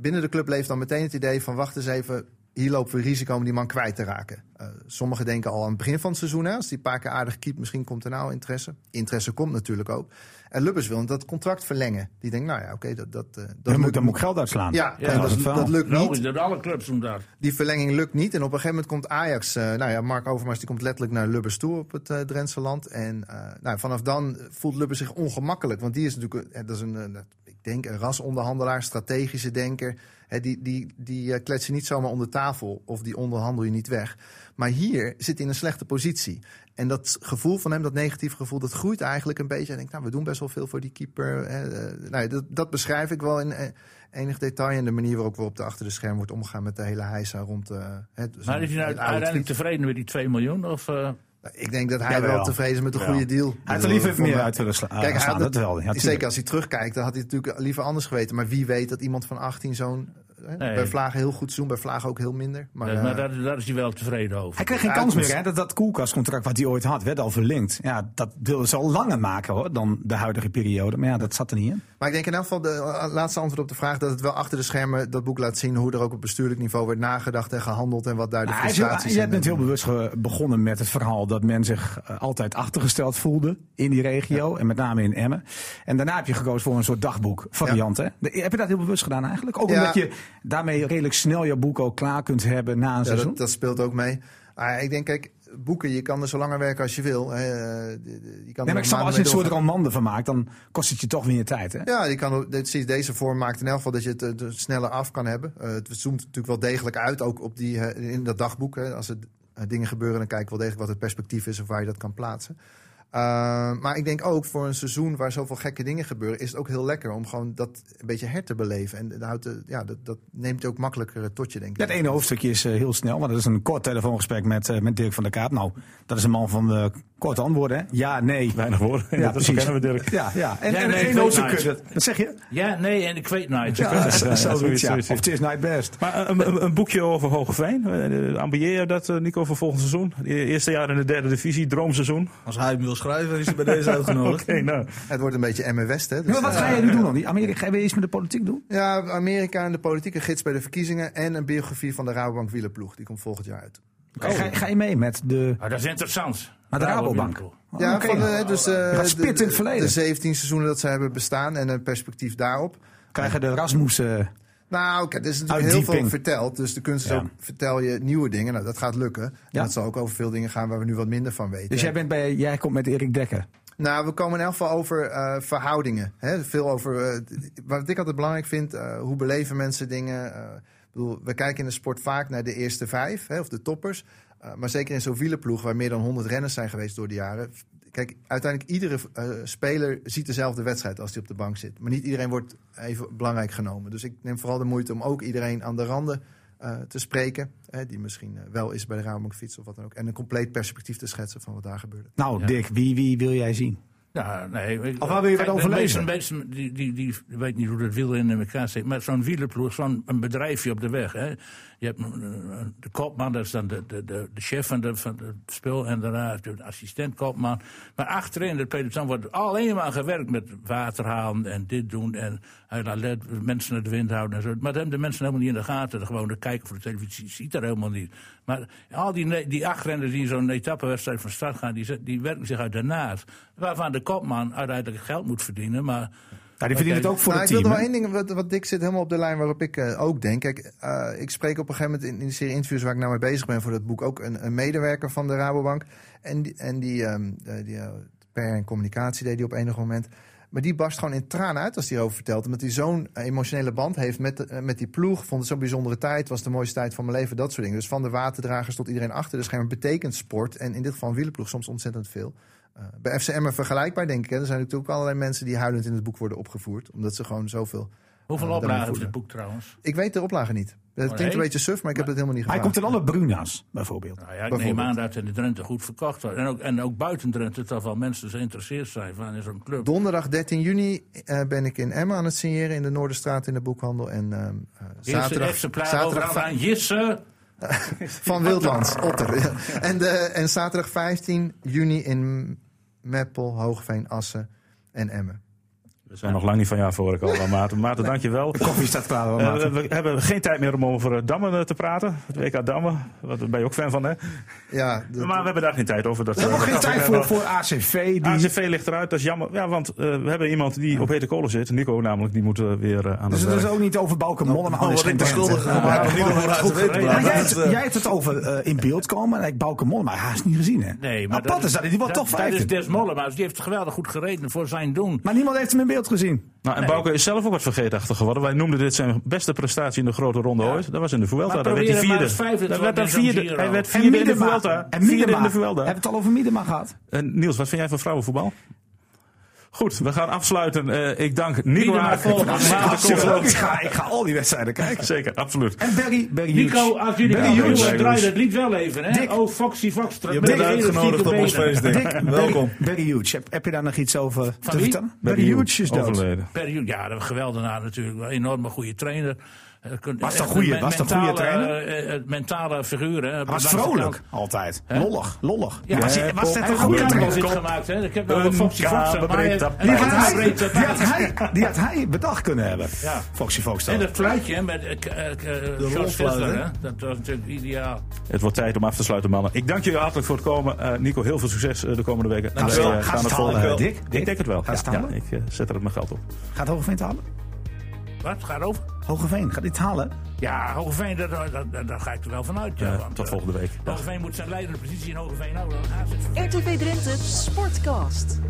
Binnen de club leeft dan meteen het idee van: wacht eens even. Hier lopen we risico om die man kwijt te raken. Eh, sommigen denken al aan het begin van het seizoen. Hè, als die een paar keer aardig keept, misschien komt er nou interesse. Interesse komt natuurlijk ook. En Lubbers wil dat contract verlengen. Die denkt, nou ja, oké, dat, dat, eh, dat
Dan moet,
lukt
dan moet ik geld uitslaan.
ja,
dat, is
en
het
dat, Nou,
verhaal.
dat lukt
logisch,
niet.
dat alle clubs doen dat.
Die verlenging lukt niet. En op een gegeven moment komt Ajax. eh, nou ja, Mark Overmars die komt letterlijk naar Lubbers toe op het eh, Drentse land. En eh, nou, vanaf dan voelt Lubbers zich ongemakkelijk. Want die is natuurlijk, een- eh, dat is een, eh, ik denk, een rasonderhandelaar, strategische denker. Hè, die die, die eh, klets je niet zomaar onder tafel of die onderhandel je niet weg. Maar hier zit hij in een slechte positie. En dat gevoel van hem, dat negatieve gevoel, dat groeit eigenlijk een beetje. Hij denkt, nou, we doen best wel veel voor die keeper. hè, eh, nou, ja, dat, dat beschrijf ik wel in eh, enig detail. En de manier waarop waarop er achter de scherm wordt omgegaan met de hele heisa rond... eh, hè, dus
Maar
een
is hij nou
heel
uiteindelijk
outfit.
tevreden met die 2 miljoen? Of, eh,
Ik denk dat hij
Jawel.
wel tevreden is met een
Ja.
goede deal.
Hij had er liever
Voor
meer
mij-
uit willen sla-
Kijk, hij
slaan,
had
dat wel. Ja, tuurlijk.
zeker als hij terugkijkt, dan had hij het natuurlijk liever anders geweten. Maar wie weet dat iemand van 18 zo'n... hè,
Nee.
Bij Vlagen heel goed seizoen, bij Vlagen ook heel minder. Maar,
maar
eh,
daar, daar is hij wel tevreden over.
Hij kreeg geen
Ja,
kans
het
meer.
is-
Hè? Dat, dat koelkastcontract wat hij ooit had, werd al verlengd. Ja, dat wilden ze al langer maken hoor, dan de huidige periode. Maar ja, dat zat er niet in.
Maar ik denk in elk geval, de eh, laatste antwoord op de vraag... dat het wel achter de schermen dat boek laat zien... hoe er ook op bestuurlijk niveau werd nagedacht en gehandeld... en wat daar de
Nou, hij is heel-
frustraties zijn.
jij bent heel bewust ge- begonnen met het verhaal dat men zich eh, altijd achtergesteld voelde in die regio. En met name in Emmen. En daarna heb je gekozen voor een soort dagboek variant. Hè? De- Heb je dat heel bewust gedaan eigenlijk? Ook
Ja.
omdat je daarmee redelijk snel je boek ook klaar kunt hebben na een
Ja,
seizoen.
dat, dat speelt ook mee. Maar Ah, ik denk, kijk, boeken, je kan er zo lang aan werken als je wil. hè, eh, d- d- je
Nee,
kan
maar
er
ik snap,
maanden
als je een
mee
soort
doorgaan.
roman ervan maakt, dan kost het je toch weer tijd. Hè?
Ja, je kan, ook- dit- precies deze vorm maakt in elk geval dat je het eh, er sneller af kan hebben. Eh, het zoomt natuurlijk wel degelijk uit, ook op die, eh, in dat dagboek. Hè. Als er eh, dingen gebeuren, dan kijk ik wel degelijk wat het perspectief is of waar je dat kan plaatsen. Eh, maar ik denk ook voor een seizoen waar zoveel gekke dingen gebeuren, is het ook heel lekker om gewoon dat een beetje her te beleven. En dat, houdt, eh, ja, dat, dat neemt ook makkelijker tot je, denk ik.
Dat ene hoofdstukje is eh, heel snel, want dat is een kort telefoongesprek met, eh, met Dirk van der Kaap. Nou, dat is een man van eh, korte antwoorden. Hè? Ja, nee.
Weinig woorden. Ja, dat
precies.
kennen we Dirk.
Ja, ja. En,
Ja,
en
nee,
één
Fate
hoofdstuk.
Night.
Dat, dat zeg je?
Ja, nee, en ik weet nou,
Ja,
ja,
zo-
ja,
zoiets,
zoiets,
ja.
zoiets.
Of Tis Night Best.
Maar eh, een, een, een boekje over Hogeveen. Eh, Ambieer je dat, eh, Nico, voor volgend seizoen? E- Eerste jaar in de derde divisie, droomseizoen.
Als hij hem wil schrijven, dan is hij bij deze
Oké,
uitgenodigd.
nou.
Het wordt een beetje M&M West, hè. Dus,
Maar wat
eh,
ga jij nu doen dan? Die Amerika, ga je weer iets met de politiek doen?
Ja, Amerika en de politieke gids bij de verkiezingen. En een biografie van de Rabobank Wielenploeg. Die komt volgend jaar uit.
Ga, ga je mee met de,
Ah, dat is interessant.
met de Rabobank?
Rabobank.
Oh,
Ja,
oké.
van, eh, dus, eh,
gaat
de-
spitten in het verleden.
De 17 seizoenen dat ze hebben bestaan en een perspectief daarop.
Krijgen de Rasmus... eh,
Nou, oké, er is natuurlijk heel
Uitdieping.
veel verteld. Dus de kunst is
Ja.
ook, vertel je nieuwe dingen. Nou, dat gaat lukken. En
Ja.
dat zal ook over veel dingen gaan waar we nu wat minder van weten.
dus jij, bent bij, jij komt met Erik Dekker.
Nou, we komen in elk geval over eh, verhoudingen. Hè? Veel over, eh, wat ik altijd belangrijk vind, eh, hoe beleven mensen dingen. Eh, ik bedoel, we kijken in de sport vaak naar de eerste vijf, hè, of de toppers. Eh, maar zeker in zo'n wielenploeg, waar meer dan 100 renners zijn geweest door de jaren. Kijk, uiteindelijk iedere eh, speler ziet dezelfde wedstrijd als die op de bank zit. Maar niet iedereen wordt even belangrijk genomen. Dus ik neem vooral de moeite om ook iedereen aan de randen eh, te spreken. Hè, die misschien eh, wel is bij de Rabobank fiets of wat dan ook. En een compleet perspectief te schetsen van wat daar gebeurde.
Nou,
Ja.
Dick, wie, wie wil jij zien? Nou,
Ja, nee. ik-
Of waar wil je
kijk,
wat over
de
lezen?
meeste mensen die, die, die weet niet hoe dat wiel in elkaar zit. Maar zo'n wielerploeg, zo'n een bedrijfje op de weg. Hè. Je hebt eh, de kopman, dat is dan de, de, de, de chef van, de, van het spul. En daarna de assistent kopman. Maar achterin de peloton wordt alleen maar gewerkt met water halen en dit doen. En uit de led- mensen naar de wind houden en zo. Maar dat hebben de mensen helemaal niet in de gaten. Gewoon de kijker voor de televisie ziet dat helemaal niet. Maar al die, ne- die achterrenners die in zo'n etappenwedstrijd van start gaan, die, zet- die werken zich uit de naad. Waarvan de kopman uiteindelijk geld moet verdienen. Maar
Nou, die verdienen het ook voor
nou,
het
ik
team.
wil nog
hè?
één ding, wat, wat Dick zit helemaal op de lijn waarop ik eh, ook denk. Kijk, eh, ik spreek op een gegeven moment in, in de serie interviews waar ik nou mee bezig ben voor dat boek ook een, een medewerker van de Rabobank. En die, en die, ehm, eh, die eh, PR en communicatie deed die op enig moment. Maar die barst gewoon in tranen uit als hij over vertelt. Omdat hij zo'n eh, emotionele band heeft met, de- eh, met die ploeg. Vond het zo'n bijzondere tijd. Was de mooiste tijd van mijn leven. Dat soort dingen. Dus van de waterdragers tot iedereen achter de schermen betekent sport. En in dit geval een wielerploeg soms ontzettend veel. Eh, bij FCM er vergelijkbaar, denk ik. Hè. Er zijn natuurlijk ook allerlei mensen die huilend in het boek worden opgevoerd. Omdat ze gewoon zoveel.
hoeveel
Ja, dat
oplagen
moet
heeft
je
het boek trouwens?
Ik weet de oplagen niet. Dat
Oh,
klinkt een
nee?
beetje suf, maar ik heb dat helemaal niet
Hij
gevraagd.
komt in alle Bruna's, bijvoorbeeld.
Nou ja, ik neem
Bijvoorbeeld.
aan dat het in de Drenthe goed verkocht wordt. En ook, en ook buiten Drenthe toch wel mensen geïnteresseerd zijn van in zo'n club.
Donderdag 13 juni eh, ben ik in Emmen aan het signeren in de Noorderstraat in de boekhandel. En ehm, eh, zaterdag, zaterdag
zaterdag van Jisse.
van Wildlands, Otter. Ja. En, de, en zaterdag 15 juni in Meppel, Hoogveen, Assen en Emmen.
We zijn nog lang niet van jou voor ik al, maar Maarten. Maarten, dankjewel.
Koffie staat klaar. hoor,
Eh,
Maarten.
we, we hebben geen tijd meer om over eh, dammen eh, te praten. Het WK Dammen. Wat- Daar ben je ook fan van, hè?
Ja, dat-
Maar we hebben daar geen tijd over. Dat,
eh, We hebben
eh,
geen
dat
tijd
hebben
voor,
we-
voor ACV. Die... dus
ACV ligt eruit, dat is jammer. Ja, want eh, we hebben iemand die op hete kolen zit. Nico namelijk, die moet eh, weer eh, aan
Dus
de
het
werk.
is ook niet over Bouke Mollema.
Oh,
is
wat
geen
ik de
Drenthe.
schuldige
Ja.
gemaakt. Ik
Mollema
heb
is
het
goed
goed weten.
gereden.
maar
Maar jij,
dat
hebt,
is, eh,
jij hebt het over eh, in beeld komen. En ik Bouke Mollema, hij is niet gezien, hè?
Nee,
maar dat Nou, is dat. hij Die wordt toch
Dat is
vijfde.
Des Mollema's. Die heeft geweldig goed gereden voor zijn doen.
Maar niemand heeft hem in beeld gezien.
Nou, en Bouke is zelf ook wat vergeetachtig geworden. Wij noemden dit zijn beste prestatie in de grote ronde ooit. Dat was in de Vuelta.
Maar
Daar werd
probeer
hij
hem maar
vierde.
eens vijfde te
Daar werd
worden
hij
in zo'n
vierde.
Giro.
Hij werd
En
vierde in de
Miedema.
Vuelta.
En
vierde in
Miedema.
de Vuelta.
Hebben we het al over Miedema gehad?
En Niels, wat vind jij van vrouwenvoetbal? Goed, we gaan afsluiten. Eh, ik dank Nico
Miedema
Haak.
volgt.
Maarten
Absoluut.
Koolhof.
Ik ga, ik ga al die wedstrijden kijken.
Zeker, absoluut.
En Barry, Barry
Nico,
Hughes.
als jullie
Barry
gaan doen,
Hughes.
dan draai dat lied wel even. Hè?
Dick.
oh, Foxy Fox.
Je bent uitgenodigd op ons feestding.
Dick,
Welkom.
Barry, Barry Hughes. Heb, heb je daar nog iets over te
wie?
vertellen? Barry Hughes is dood.
Overleden.
Periode, ja, dat was geweldig aan natuurlijk. Een enorme goede trainer. Eh, kun-
Was
echt
een goeie-
me-
was een goede
mentale,
trainer?
eh, eh, mentale figuur. Hè,
Hij was vrolijk altijd. Lollig, lollig.
Ja,
was,
eh,
was
Hij
dat een
heeft
goede
ook
trainer?
kabels gemaakt. Hè? Ik heb wel
Een
wat Foxy Fox.
kabel
maar hij-
breekt dat
hij-
Die
hij-
had,
hij
hij,
breekt dat
die, had
uit.
hij, die had hij bedacht kunnen hebben.
Ja.
Foxy Fox
En
dan.
dat fluitje hè, met eh, k- eh, k- eh, George
rolfluit,
Kessler,
hè?
hè? Dat was natuurlijk ideaal.
Het wordt tijd om af te sluiten, mannen. Ik dank jullie hartelijk voor het komen. Eh, Nico, heel veel succes eh, de komende weken.
Gaat
Wij,
het-
eh,
gaat
gaan
het
het
halen,
volgen.
eh, Dick? Dick?
Ik denk het wel.
Gaat het
Ja,
halen?
ik eh, zet er mijn geld op.
Gaat Hogeveen het halen?
Wat? Gaat over?
Hogeveen, gaat dit halen?
Ja, Hogeveen, daar dat, dat, dat, daar ga ik er wel van uit. Ja,
Eh,
want,
tot
eh,
volgende week. Dag.
Hogeveen moet zijn leidende positie in Hogeveen houden. AZ
RTV Drenthe Sportcast.